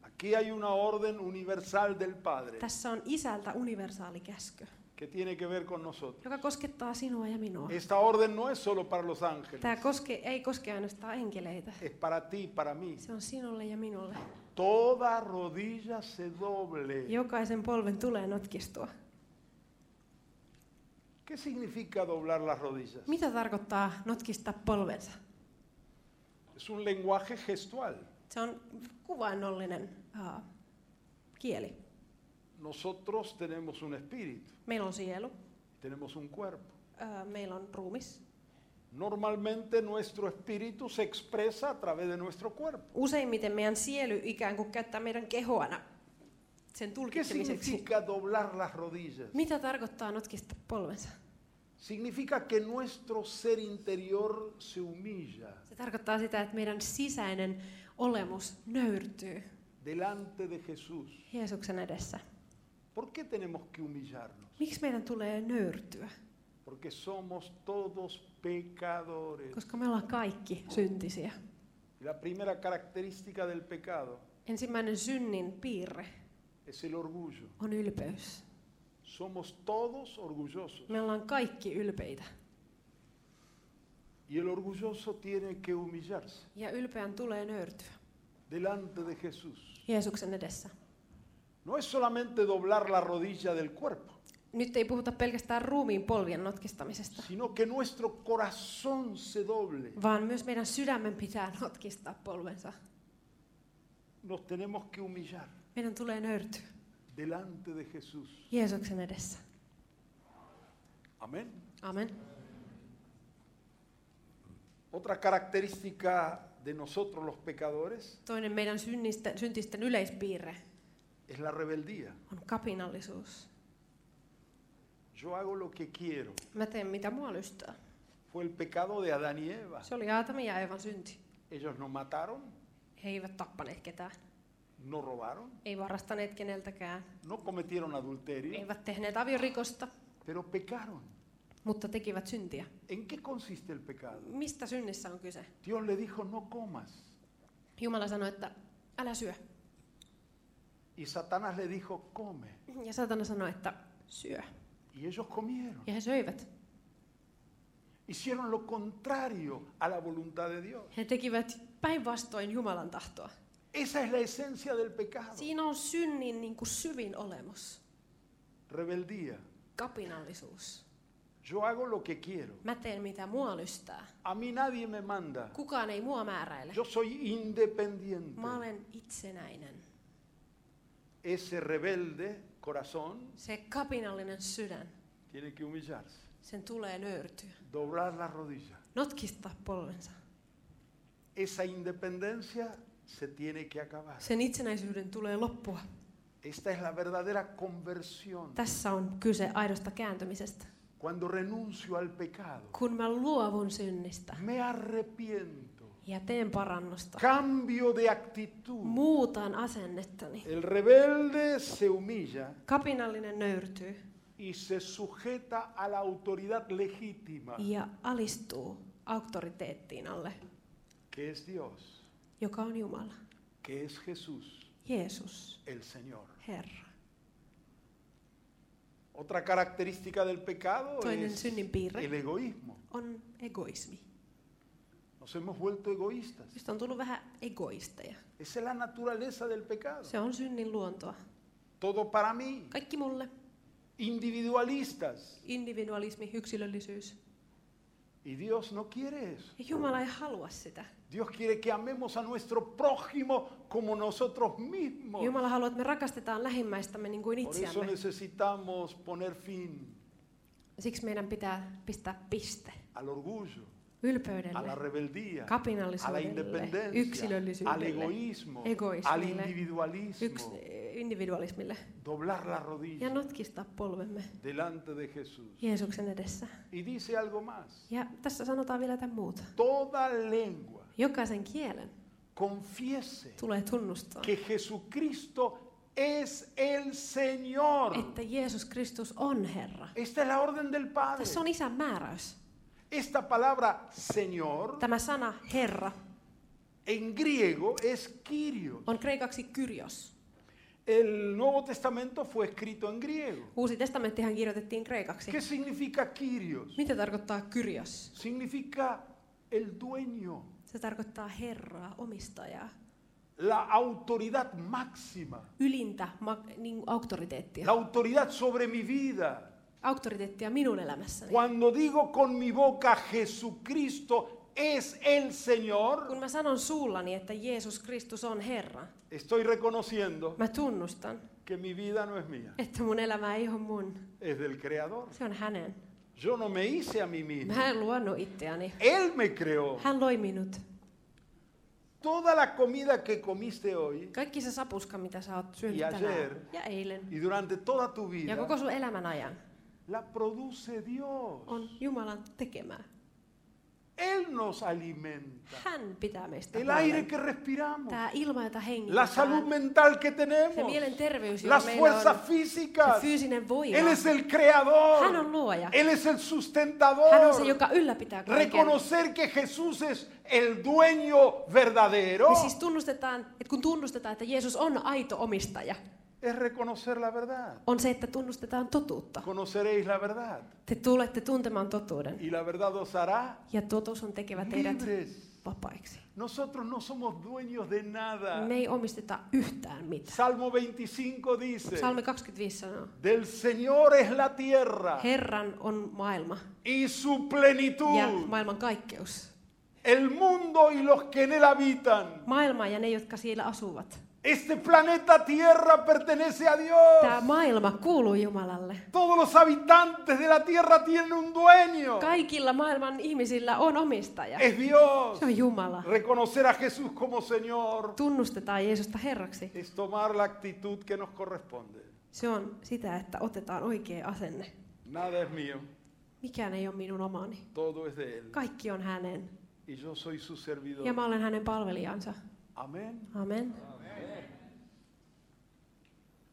[SPEAKER 2] Aquí hay una orden universal del Padre
[SPEAKER 3] Tässä on isältä universaali käsky,
[SPEAKER 2] que tiene que ver con nosotros.
[SPEAKER 3] joka koskettaa sinua ja minua.
[SPEAKER 2] Esta orden no es solo para los ángeles,
[SPEAKER 3] Tämä koske, ei koske ainoastaan enkeleitä.
[SPEAKER 2] es para ti, para mí.
[SPEAKER 3] Se on sinulle ja minulle.
[SPEAKER 2] Toda rodilla se doble.
[SPEAKER 3] Jokaisen polven tulee notkistua.
[SPEAKER 2] ¿Qué significa doblar las rodillas?
[SPEAKER 3] Mitä tarkoittaa notkistaa polvensa?
[SPEAKER 2] Es un lenguaje gestual.
[SPEAKER 3] Se on kuvainnollinen uh, kieli.
[SPEAKER 2] Nosotros tenemos un espíritu,
[SPEAKER 3] Meillä on sielu,
[SPEAKER 2] tenemos un cuerpo.
[SPEAKER 3] uh, meillä on ruumis.
[SPEAKER 2] Normalmente nuestro espíritu se expresa a través de nuestro cuerpo.
[SPEAKER 3] Useimmiten meidän sielu ikään kuin käyttää meidän kehoana sen
[SPEAKER 2] ¿Qué
[SPEAKER 3] tulkitsemiseksi.
[SPEAKER 2] significa doblar las rodillas?
[SPEAKER 3] Mitä tarkoittaa notkista polvensa?
[SPEAKER 2] significa que nuestro ser interior se humilla
[SPEAKER 3] Se tarkoittaa sitä, että meidän sisäinen olemus nöyrtyy
[SPEAKER 2] delante de Jesús.
[SPEAKER 3] Jeesuksen edessä.
[SPEAKER 2] ¿Por qué tenemos que humillarnos?
[SPEAKER 3] Miksi meidän tulee nöyrtyä?
[SPEAKER 2] Porque somos todos pecadores.
[SPEAKER 3] Koska me ollaan kaikki syntisiä.
[SPEAKER 2] Y La primera característica del pecado
[SPEAKER 3] Ensimmäinen synnin piirre
[SPEAKER 2] es el orgullo.
[SPEAKER 3] on ylpeys.
[SPEAKER 2] Somos todos orgullosos.
[SPEAKER 3] Me ollaan kaikki ylpeitä.
[SPEAKER 2] Y el orgulloso tiene que humillarse
[SPEAKER 3] Ja ylpeän tulee nöyrtyä
[SPEAKER 2] delante de Jesús.
[SPEAKER 3] Jeesuksen edessä.
[SPEAKER 2] No es solamente doblar la rodilla del cuerpo,
[SPEAKER 3] Nyt ei puhuta pelkästään ruumiin polvien notkistamisesta,
[SPEAKER 2] sino que nuestro corazón se doble.
[SPEAKER 3] vaan myös meidän sydämen pitää notkistaa polvensa.
[SPEAKER 2] Nos tenemos que humillar
[SPEAKER 3] Meidän tulee nöyrtyä
[SPEAKER 2] delante de Jesús.
[SPEAKER 3] Jeesuksen edessä.
[SPEAKER 2] Amén.
[SPEAKER 3] Amen.
[SPEAKER 2] Otra característica de nosotros los pecadores
[SPEAKER 3] Toinen meidän synnisten, syntisten yleispiirre
[SPEAKER 2] es la rebeldía.
[SPEAKER 3] on kapinallisuus.
[SPEAKER 2] Yo hago lo que quiero.
[SPEAKER 3] Mä teen mitä mua lystää.
[SPEAKER 2] Fue el pecado de Adán y Eva.
[SPEAKER 3] Se oli Aatamin ja Eevan synti.
[SPEAKER 2] Ellos no mataron,
[SPEAKER 3] He eivät tappaneet ketään.
[SPEAKER 2] no robaron,
[SPEAKER 3] Ei varastaneet keneltäkään.
[SPEAKER 2] no cometieron adulterio,
[SPEAKER 3] Eivät tehneet aviorikosta,
[SPEAKER 2] pero pecaron.
[SPEAKER 3] mutta tekivät syntiä.
[SPEAKER 2] ¿En qué consiste el pecado?
[SPEAKER 3] Mistä synnissä on kyse?
[SPEAKER 2] Dios le dijo, no comas.
[SPEAKER 3] Jumala sanoi, että älä syö.
[SPEAKER 2] Y Satanás le dijo, come.
[SPEAKER 3] Ja saatana sanoi, että syö.
[SPEAKER 2] Y ellos comieron.
[SPEAKER 3] Ja he söivät.
[SPEAKER 2] Hicieron lo contrario a la voluntad de Dios.
[SPEAKER 3] He tekivät päinvastoin Jumalan tahtoa.
[SPEAKER 2] Esa es la esencia del pecado.
[SPEAKER 3] Siinä on synnin niin kuin syvin olemus.
[SPEAKER 2] Rebeldía.
[SPEAKER 3] Kapinallisuus.
[SPEAKER 2] Yo hago lo que quiero.
[SPEAKER 3] Mä teen mitä mua lystää.
[SPEAKER 2] A mí nadie me manda.
[SPEAKER 3] Kukaan ei mua määräile.
[SPEAKER 2] Yo soy independiente.
[SPEAKER 3] Mä olen itsenäinen.
[SPEAKER 2] Ese rebelde corazón
[SPEAKER 3] Se kapinallinen sydän,
[SPEAKER 2] tiene que humillarse,
[SPEAKER 3] sen tulee nöyrtyä.
[SPEAKER 2] doblar la rodilla.
[SPEAKER 3] Notkistaa polvensa.
[SPEAKER 2] Esa independencia se tiene que acabar.
[SPEAKER 3] Sen itsenäisyyden tulee loppua.
[SPEAKER 2] Esta es la verdadera conversión.
[SPEAKER 3] Tässä on kyse aidosta kääntymisestä.
[SPEAKER 2] Cuando renuncio al pecado,
[SPEAKER 3] Kun mä luovun synnistä
[SPEAKER 2] me arrepiento,
[SPEAKER 3] ja teen parannusta,
[SPEAKER 2] cambio de actitud.
[SPEAKER 3] muutan asennettani.
[SPEAKER 2] El rebelde se humilla
[SPEAKER 3] Kapinallinen nöyrtyy
[SPEAKER 2] y se sujeta a la autoridad legítima,
[SPEAKER 3] ja alistuu auktoriteettiin alle,
[SPEAKER 2] que es Dios,
[SPEAKER 3] joka on Jumala.
[SPEAKER 2] que es Jesús,
[SPEAKER 3] Jeesus,
[SPEAKER 2] el Señor.
[SPEAKER 3] Herra.
[SPEAKER 2] Otra característica del pecado
[SPEAKER 3] Toinen
[SPEAKER 2] es
[SPEAKER 3] synnin piirre.
[SPEAKER 2] el egoísmo.
[SPEAKER 3] On egoismi.
[SPEAKER 2] Nos hemos vuelto egoístas.
[SPEAKER 3] Mistä on tullut vähän egoisteja.
[SPEAKER 2] Esa es la naturaleza del pecado.
[SPEAKER 3] Se on synnin luontoa.
[SPEAKER 2] Todo para mí.
[SPEAKER 3] Kaikki mulle.
[SPEAKER 2] Individualistas.
[SPEAKER 3] Individualismi, yksilöllisyys.
[SPEAKER 2] Y Dios no quiere eso.
[SPEAKER 3] Ja Jumala ei halua sitä.
[SPEAKER 2] Dios quiere que amemos a nuestro prójimo como nosotros mismos.
[SPEAKER 3] Jumala haluaa, että me rakastetaan lähimmäistämme niin kuin
[SPEAKER 2] Por eso
[SPEAKER 3] itseämme.
[SPEAKER 2] necesitamos poner fin
[SPEAKER 3] Siksi meidän pitää pistää piste
[SPEAKER 2] al orgullo, a la
[SPEAKER 3] ylpeydelle,
[SPEAKER 2] rebeldía, a la
[SPEAKER 3] kapinallisuudelle,
[SPEAKER 2] independencia, al
[SPEAKER 3] yksilöllisyydelle,
[SPEAKER 2] egoísmo, al
[SPEAKER 3] egoismille, yks,
[SPEAKER 2] individualismo.
[SPEAKER 3] individualismille
[SPEAKER 2] Doblar la
[SPEAKER 3] ja
[SPEAKER 2] rodilla
[SPEAKER 3] notkistaa polvemme
[SPEAKER 2] delante de Jesús.
[SPEAKER 3] Jeesuksen edessä.
[SPEAKER 2] Y dice algo más.
[SPEAKER 3] Ja tässä sanotaan vielä jotain muuta.
[SPEAKER 2] Toda lengua
[SPEAKER 3] Jokaisen kielen
[SPEAKER 2] confiese
[SPEAKER 3] tulee tunnustaa,
[SPEAKER 2] que Jesucristo es el Señor.
[SPEAKER 3] että Jeesus Kristus on Herra.
[SPEAKER 2] Esta es la orden del Padre.
[SPEAKER 3] Tässä on isän määräys.
[SPEAKER 2] Esta palabra Señor
[SPEAKER 3] Tämä sana Herra
[SPEAKER 2] en griego es Kyrios.
[SPEAKER 3] on kreikaksi kyrios.
[SPEAKER 2] El Nuevo Testamento fue escrito en griego.
[SPEAKER 3] Uusi testamenttihan kirjoitettiin kreikaksi.
[SPEAKER 2] ¿Qué significa Kyrios?
[SPEAKER 3] Mitä tarkoittaa kyrios?
[SPEAKER 2] Significa el dueño,
[SPEAKER 3] Se tarkoittaa herraa, omistajaa,
[SPEAKER 2] la autoridad máxima,
[SPEAKER 3] ylintä ma- niin kuin auktoriteettia.
[SPEAKER 2] la autoridad sobre mi vida.
[SPEAKER 3] Auktoriteettia minun elämässäni.
[SPEAKER 2] Cuando digo con mi boca Jesucristo es el Señor,
[SPEAKER 3] Kun mä sanon suullani, että Jeesus Kristus on Herra,
[SPEAKER 2] estoy reconociendo
[SPEAKER 3] mä tunnustan,
[SPEAKER 2] que mi vida no es mía,
[SPEAKER 3] että mun elämä ei ole mun.
[SPEAKER 2] es del Creador.
[SPEAKER 3] Se on hänen.
[SPEAKER 2] Yo no me hice a mí mismo.
[SPEAKER 3] Mä en luonut itseäni.
[SPEAKER 2] Él me creó.
[SPEAKER 3] Hän loi minut.
[SPEAKER 2] Toda la comida que comiste hoy
[SPEAKER 3] Kaikki se sapuska, mitä sä oot syönyt
[SPEAKER 2] Ja
[SPEAKER 3] tänään
[SPEAKER 2] ayer.
[SPEAKER 3] ja eilen
[SPEAKER 2] y durante toda tu
[SPEAKER 3] ja
[SPEAKER 2] vida
[SPEAKER 3] koko sun elämän ajan
[SPEAKER 2] la produce Dios.
[SPEAKER 3] on Jumalan tekemää.
[SPEAKER 2] Él nos alimenta.
[SPEAKER 3] Hän pitää meistä
[SPEAKER 2] El
[SPEAKER 3] huolen.
[SPEAKER 2] aire que respiramos,
[SPEAKER 3] Tämä ilma, jota
[SPEAKER 2] la salud
[SPEAKER 3] hengitetään,
[SPEAKER 2] mental que
[SPEAKER 3] se
[SPEAKER 2] tenemos,
[SPEAKER 3] mielenterveys, joka
[SPEAKER 2] las
[SPEAKER 3] meillä on,
[SPEAKER 2] fuerzas físicas.
[SPEAKER 3] se fyysinen voima.
[SPEAKER 2] Él es el creador.
[SPEAKER 3] Hän on luoja.
[SPEAKER 2] Él es el
[SPEAKER 3] Hän on se,
[SPEAKER 2] sustentador.
[SPEAKER 3] joka ylläpitää kaiken.
[SPEAKER 2] Reconocer que Jesús es el dueño verdadero
[SPEAKER 3] Ja siis tunnustetaan, että kun tunnustetaan, että Jeesus on aito omistaja,
[SPEAKER 2] es reconocer la verdad.
[SPEAKER 3] on se, että tunnustetaan totuutta.
[SPEAKER 2] Conoceréis la verdad
[SPEAKER 3] Te tulette tuntemaan totuuden.
[SPEAKER 2] y la verdad os hará
[SPEAKER 3] Ja totuus on tekevä teidät
[SPEAKER 2] Niin libres.
[SPEAKER 3] vapaiksi.
[SPEAKER 2] Nosotros no somos dueños de nada.
[SPEAKER 3] Me ei omisteta yhtään mitään.
[SPEAKER 2] Salmo 25 dice,
[SPEAKER 3] Salmi 25 sanoo,
[SPEAKER 2] del Señor es la tierra
[SPEAKER 3] Herran on maailma
[SPEAKER 2] y su
[SPEAKER 3] ja
[SPEAKER 2] plenitud,
[SPEAKER 3] maailman kaikkeus.
[SPEAKER 2] el mundo y los que en él habitan.
[SPEAKER 3] Maailma ja ne, jotka siellä asuvat.
[SPEAKER 2] Este planeta Tierra pertenece a
[SPEAKER 3] Tämä
[SPEAKER 2] Dios.
[SPEAKER 3] maailma kuuluu Jumalalle.
[SPEAKER 2] Todos los habitantes de la Tierra tienen un dueño.
[SPEAKER 3] Kaikilla maailman ihmisillä on omistaja.
[SPEAKER 2] Es Dios.
[SPEAKER 3] Se on Jumala.
[SPEAKER 2] Reconocer a Jesús como Señor
[SPEAKER 3] Tunnustetaan Jeesusta Herraksi.
[SPEAKER 2] es tomar la actitud que nos corresponde.
[SPEAKER 3] Se on sitä, että otetaan oikea asenne.
[SPEAKER 2] Nada es mío,
[SPEAKER 3] Mikään ei ole minun omani.
[SPEAKER 2] todo es de Él.
[SPEAKER 3] Kaikki on hänen.
[SPEAKER 2] Y yo soy su
[SPEAKER 3] Ja
[SPEAKER 2] servidor.
[SPEAKER 3] mä olen hänen palvelijansa.
[SPEAKER 2] Amén.
[SPEAKER 3] Amen.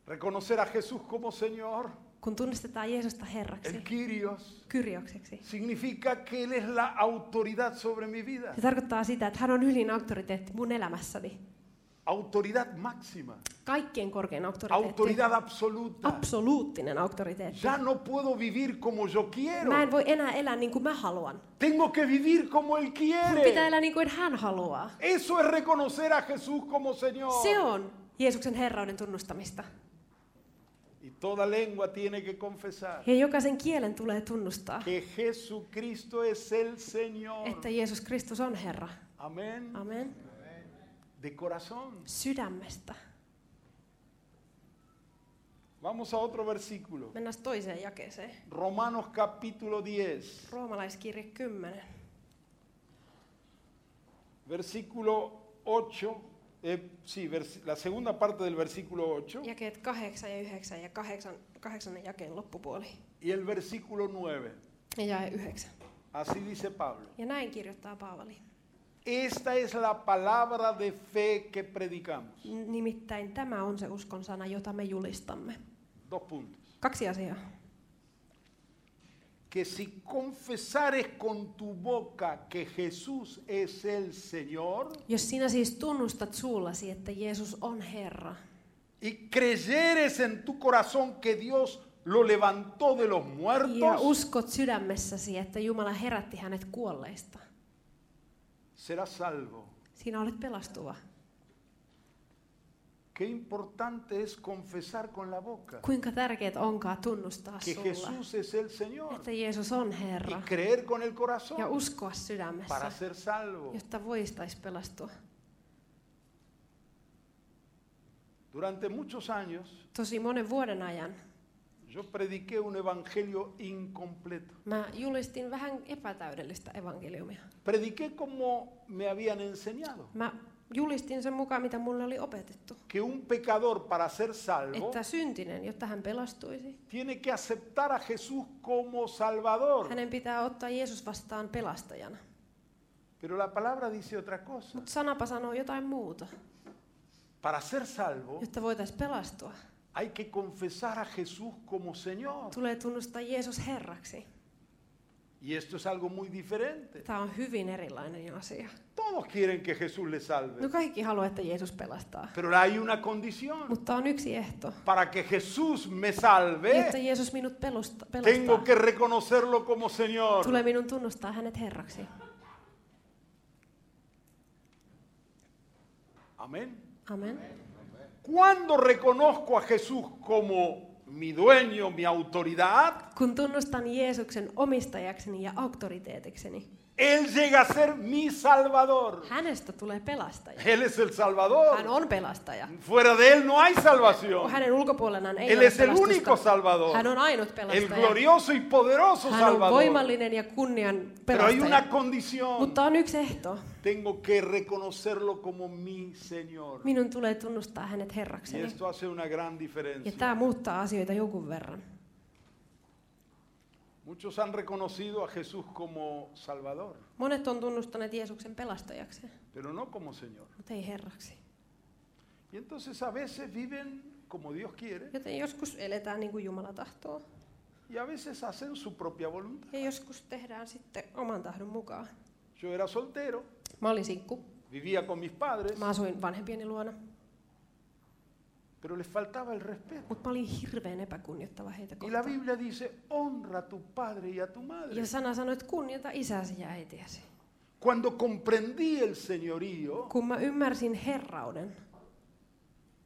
[SPEAKER 2] Reconocer a Jesús como Señor,
[SPEAKER 3] Kun tunnistetaan Jeesusta
[SPEAKER 2] el
[SPEAKER 3] Herraksi,
[SPEAKER 2] Kyrios,
[SPEAKER 3] kyrjokseksi,
[SPEAKER 2] significa que Él es la autoridad sobre mi vida.
[SPEAKER 3] se tarkoittaa sitä, että hän on ylin auktoriteetti mun elämässäni.
[SPEAKER 2] Autoridad máxima,
[SPEAKER 3] Kaikkien korkein auktoriteetti.
[SPEAKER 2] autoridad absoluta.
[SPEAKER 3] Absoluuttinen auktoriteetti.
[SPEAKER 2] Ya no puedo vivir como yo quiero.
[SPEAKER 3] Mä en voi enää elää niin kuin mä haluan.
[SPEAKER 2] Tengo que vivir como Él
[SPEAKER 3] Mun pitää
[SPEAKER 2] quiere.
[SPEAKER 3] elää niin kuin hän haluaa.
[SPEAKER 2] Eso es reconocer a Jesús como
[SPEAKER 3] Se
[SPEAKER 2] Señor.
[SPEAKER 3] on Jeesuksen herrauden tunnustamista.
[SPEAKER 2] Y toda lengua tiene que confesar
[SPEAKER 3] Ja jokaisen kielen tulee tunnustaa,
[SPEAKER 2] que Jesucristo es el Señor.
[SPEAKER 3] että Jeesus Kristus on Herra.
[SPEAKER 2] Amén.
[SPEAKER 3] Amen.
[SPEAKER 2] De corazón.
[SPEAKER 3] Sydämestä.
[SPEAKER 2] Vamos a otro versículo.
[SPEAKER 3] Mennään toiseen jakeeseen.
[SPEAKER 2] Romanos capítulo 10,
[SPEAKER 3] Roomalaiskirje 10,
[SPEAKER 2] versículo 8. eh, sí, vers- la segunda parte del versículo 8
[SPEAKER 3] jakeet 8 ja 9 ja 8, 8 jakeen loppupuoli
[SPEAKER 2] y el versículo 9.
[SPEAKER 3] ja jae 9.
[SPEAKER 2] Así dice Pablo.
[SPEAKER 3] Ja näin kirjoittaa Paavali.
[SPEAKER 2] Esta es la palabra de fe que predicamos.
[SPEAKER 3] "N- Nimittäin tämä on se uskon sana, jota me julistamme.
[SPEAKER 2] Dos puntos.
[SPEAKER 3] Kaksi asiaa.
[SPEAKER 2] que si confesares con tu boca que Jesús es el Señor
[SPEAKER 3] Jos sinä siis tunnustat suullasi, että Jeesus on Herra,
[SPEAKER 2] y creyeres en tu corazón que Dios lo levantó de los
[SPEAKER 3] ja
[SPEAKER 2] muertos,
[SPEAKER 3] uskot sydämessäsi, että Jumala herätti hänet kuolleista,
[SPEAKER 2] serás salvo.
[SPEAKER 3] sinä olet pelastuva.
[SPEAKER 2] Qué importante es confesar con la boca
[SPEAKER 3] Kuinka tärkeet onkaan tunnustaa
[SPEAKER 2] que
[SPEAKER 3] sulla,
[SPEAKER 2] Jesús es el Señor
[SPEAKER 3] että Jeesus on
[SPEAKER 2] y
[SPEAKER 3] Herra,
[SPEAKER 2] creer con el
[SPEAKER 3] ja
[SPEAKER 2] corazón
[SPEAKER 3] uskoa
[SPEAKER 2] para
[SPEAKER 3] sydämessä,
[SPEAKER 2] ser salvo.
[SPEAKER 3] jotta voistaisi pelastua.
[SPEAKER 2] Durante muchos años
[SPEAKER 3] Tosi monen vuoden ajan
[SPEAKER 2] yo prediqué un evangelio incompleto.
[SPEAKER 3] mä julistin vähän epätäydellistä evankeliumia.
[SPEAKER 2] Prediqué como me habían enseñado.
[SPEAKER 3] Mä julistin sen mukaan, mitä mulle oli opetettu.
[SPEAKER 2] que un pecador para ser salvo
[SPEAKER 3] Että syntinen, jotta hän pelastuisi,
[SPEAKER 2] tiene que aceptar a Jesús como Salvador.
[SPEAKER 3] hänen pitää ottaa Jeesus vastaan pelastajana.
[SPEAKER 2] Pero la palabra dice otra cosa.
[SPEAKER 3] Mutta sanapa sanoo jotain muuta.
[SPEAKER 2] Para ser salvo
[SPEAKER 3] Jotta voitaisiin pelastua,
[SPEAKER 2] hay que confesar a Jesús como Señor.
[SPEAKER 3] tulee tunnustaa Jeesus Herraksi.
[SPEAKER 2] Y esto es algo muy diferente.
[SPEAKER 3] Tämä on hyvin erilainen asia.
[SPEAKER 2] Todos quieren que Jesús les
[SPEAKER 3] No
[SPEAKER 2] salve.
[SPEAKER 3] kaikki haluaa, että Jeesus pelastaa.
[SPEAKER 2] Pero hay una condición.
[SPEAKER 3] Mutta on yksi ehto.
[SPEAKER 2] Para que Jesús me
[SPEAKER 3] Jotta
[SPEAKER 2] salve,
[SPEAKER 3] Jeesus minut pelusta-
[SPEAKER 2] tengo que
[SPEAKER 3] pelastaa,
[SPEAKER 2] reconocerlo como
[SPEAKER 3] tulee
[SPEAKER 2] Señor.
[SPEAKER 3] minun tunnustaa hänet Herraksi.
[SPEAKER 2] Amén.
[SPEAKER 3] Amen.
[SPEAKER 2] Cuando reconozco a Jesús como mi dueño, mi autoridad,
[SPEAKER 3] Kun tunnustan Jeesuksen omistajakseni ja auktoriteetikseni,
[SPEAKER 2] Él llega a ser mi salvador.
[SPEAKER 3] hänestä tulee pelastaja.
[SPEAKER 2] Él es el
[SPEAKER 3] Hän
[SPEAKER 2] salvador.
[SPEAKER 3] on pelastaja.
[SPEAKER 2] Fuera de Él no hay salvación.
[SPEAKER 3] Hänen ulkopuolellaan ei
[SPEAKER 2] Él
[SPEAKER 3] ole
[SPEAKER 2] es el
[SPEAKER 3] pelastusta.
[SPEAKER 2] único salvador.
[SPEAKER 3] Hän on ainut
[SPEAKER 2] El
[SPEAKER 3] pelastaja.
[SPEAKER 2] glorioso y poderoso
[SPEAKER 3] Hän on
[SPEAKER 2] salvador.
[SPEAKER 3] voimallinen ja kunnian
[SPEAKER 2] Pero hay
[SPEAKER 3] pelastaja.
[SPEAKER 2] una condición.
[SPEAKER 3] Mutta on yksi ehto.
[SPEAKER 2] Tengo que reconocerlo como mi Señor.
[SPEAKER 3] Minun tulee tunnustaa hänet
[SPEAKER 2] Y
[SPEAKER 3] herrakseni.
[SPEAKER 2] esto hace una gran
[SPEAKER 3] Ja
[SPEAKER 2] diferencia.
[SPEAKER 3] tämä muuttaa asioita jonkun verran.
[SPEAKER 2] Muchos han reconocido a Jesús como Salvador,
[SPEAKER 3] Monet on tunnustaneet Jeesuksen pelastajakseen,
[SPEAKER 2] pero no como Señor.
[SPEAKER 3] mutta ei Herraksi.
[SPEAKER 2] Y entonces a veces viven como Dios quiere
[SPEAKER 3] Joten joskus eletään niin kuin Jumala tahtoo,
[SPEAKER 2] y a veces hacen su propia voluntad.
[SPEAKER 3] ja joskus tehdään sitten oman tahdon mukaan.
[SPEAKER 2] Yo era soltero,
[SPEAKER 3] Mä olin sinkku,
[SPEAKER 2] vivía con mis padres,
[SPEAKER 3] mä asuin vanhempieni luona,
[SPEAKER 2] pero les faltaba el respeto.
[SPEAKER 3] mutta mä olin hirveän epäkunnioittava heitä
[SPEAKER 2] Y la
[SPEAKER 3] kohtaan.
[SPEAKER 2] Biblia dice, honra a tu padre y a tu madre.
[SPEAKER 3] Ja sana sanoi, että kunnioita isäsi ja äitiäsi.
[SPEAKER 2] Cuando comprendí el señorío,
[SPEAKER 3] Kun mä ymmärsin herrauden,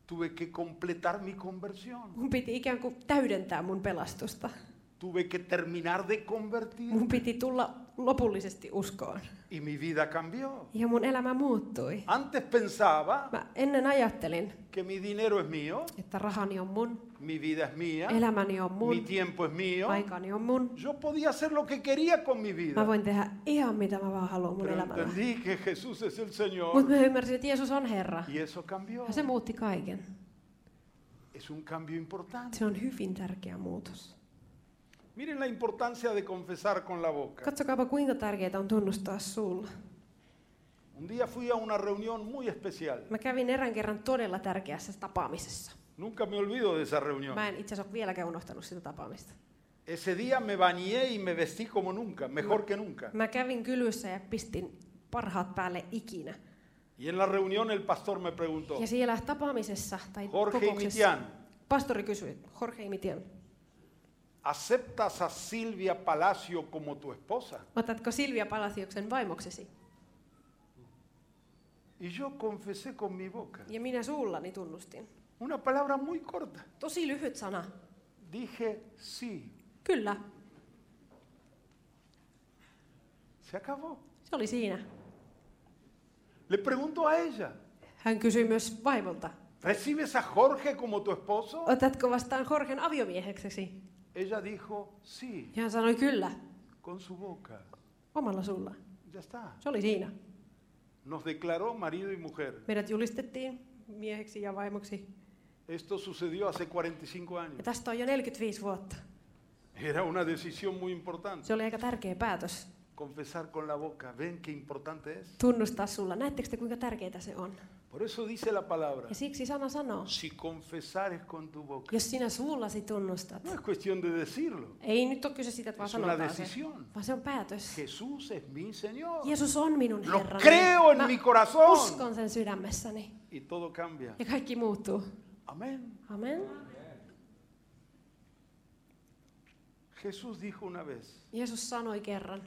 [SPEAKER 2] tuve que completar mi conversión.
[SPEAKER 3] mun piti ikään kuin täydentää mun pelastusta.
[SPEAKER 2] Tuve que terminar de convertir
[SPEAKER 3] Mun piti tulla lopullisesti uskoon.
[SPEAKER 2] y mi vida cambió.
[SPEAKER 3] Ja mun elämä muuttui.
[SPEAKER 2] Antes pensaba
[SPEAKER 3] Mä ennen ajattelin,
[SPEAKER 2] que mi dinero es mío,
[SPEAKER 3] että rahani on mun,
[SPEAKER 2] mi vida es mía,
[SPEAKER 3] elämäni on
[SPEAKER 2] mi
[SPEAKER 3] mun,
[SPEAKER 2] tiempo es mío.
[SPEAKER 3] aikani on mun.
[SPEAKER 2] Yo podía hacer lo que quería con mi vida.
[SPEAKER 3] Mä voin tehdä ihan mitä mä vaan haluan mun
[SPEAKER 2] Pero
[SPEAKER 3] elämällä.
[SPEAKER 2] entendí que Jesús es el
[SPEAKER 3] Mutta
[SPEAKER 2] Señor
[SPEAKER 3] mä ymmärsin, että Jeesus on Herra.
[SPEAKER 2] y eso cambió.
[SPEAKER 3] Ja se muutti kaiken.
[SPEAKER 2] Es un cambio importante.
[SPEAKER 3] Se on hyvin tärkeä muutos.
[SPEAKER 2] Miren la importancia de confesar con la boca.
[SPEAKER 3] Katsokaapa kuinka tärkeää on tunnustaa sulla.
[SPEAKER 2] Un día fui a una reunión muy especial.
[SPEAKER 3] Mä kävin erään kerran todella tärkeässä tapaamisessa.
[SPEAKER 2] Nunca me olvido de esa reunión.
[SPEAKER 3] Mä en itse asiassa ole vieläkään unohtanut sitä tapaamista.
[SPEAKER 2] Ese día me bañé y me vestí como nunca, mejor que nunca.
[SPEAKER 3] Mä kävin kylyssä ja pistin parhaat päälle ikinä.
[SPEAKER 2] Y en la reunión el pastor me preguntó,
[SPEAKER 3] Ja siellä tapaamisessa tai
[SPEAKER 2] Jorge
[SPEAKER 3] kokouksessa
[SPEAKER 2] Imitian,
[SPEAKER 3] pastori kysyi, Jorge Imitian,
[SPEAKER 2] ¿aceptas a Silvia Palacio como tu esposa?
[SPEAKER 3] otatko Silvia Palasioksen vaimoksesi?
[SPEAKER 2] Y yo confesé con mi boca.
[SPEAKER 3] Ja minä suullani tunnustin.
[SPEAKER 2] Una palabra muy corta.
[SPEAKER 3] Tosi lyhyt sana.
[SPEAKER 2] Dije sí.
[SPEAKER 3] Kyllä,
[SPEAKER 2] Se acabó.
[SPEAKER 3] se oli siinä.
[SPEAKER 2] Le pregunto a ella,
[SPEAKER 3] Hän kysyi myös vaimolta,
[SPEAKER 2] ¿recibes a Jorge como tu esposo?
[SPEAKER 3] otatko vastaan Jorgen aviomieheksesi?
[SPEAKER 2] Ella dijo sí,
[SPEAKER 3] Ja hän sanoi kyllä,
[SPEAKER 2] con su boca.
[SPEAKER 3] omalla sulla.
[SPEAKER 2] Ya está.
[SPEAKER 3] Se oli siinä.
[SPEAKER 2] Nos declaró marido y mujer.
[SPEAKER 3] Meidät julistettiin mieheksi ja vaimoksi.
[SPEAKER 2] Esto sucedió hace 45
[SPEAKER 3] Ja
[SPEAKER 2] años.
[SPEAKER 3] tästä on jo 45 vuotta.
[SPEAKER 2] Era una decisión muy importante.
[SPEAKER 3] Se oli aika tärkeä päätös
[SPEAKER 2] Confesar con la boca. ¿Ven qué importante es?
[SPEAKER 3] tunnustaa sulla. Näettekö te kuinka tärkeää se on?
[SPEAKER 2] Por eso dice la palabra.
[SPEAKER 3] Ja siksi sana sanoo,
[SPEAKER 2] Si confesares con tu boca.
[SPEAKER 3] jos sinä suullasi tunnustat.
[SPEAKER 2] No es cuestión de decirlo.
[SPEAKER 3] Ei nyt ole kyse siitä, että vaan
[SPEAKER 2] Es una
[SPEAKER 3] sanotaan se,
[SPEAKER 2] decisión.
[SPEAKER 3] vaan se on päätös.
[SPEAKER 2] Jesús es mi Señor.
[SPEAKER 3] Jeesus on minun
[SPEAKER 2] Lo
[SPEAKER 3] Herrani.
[SPEAKER 2] No creo en
[SPEAKER 3] Mä
[SPEAKER 2] mi corazón.
[SPEAKER 3] uskon sen sydämessäni.
[SPEAKER 2] Y todo cambia.
[SPEAKER 3] Ja kaikki muuttuu.
[SPEAKER 2] Amén.
[SPEAKER 3] Amen.
[SPEAKER 2] Jesús dijo una vez,
[SPEAKER 3] Jeesus sanoi kerran,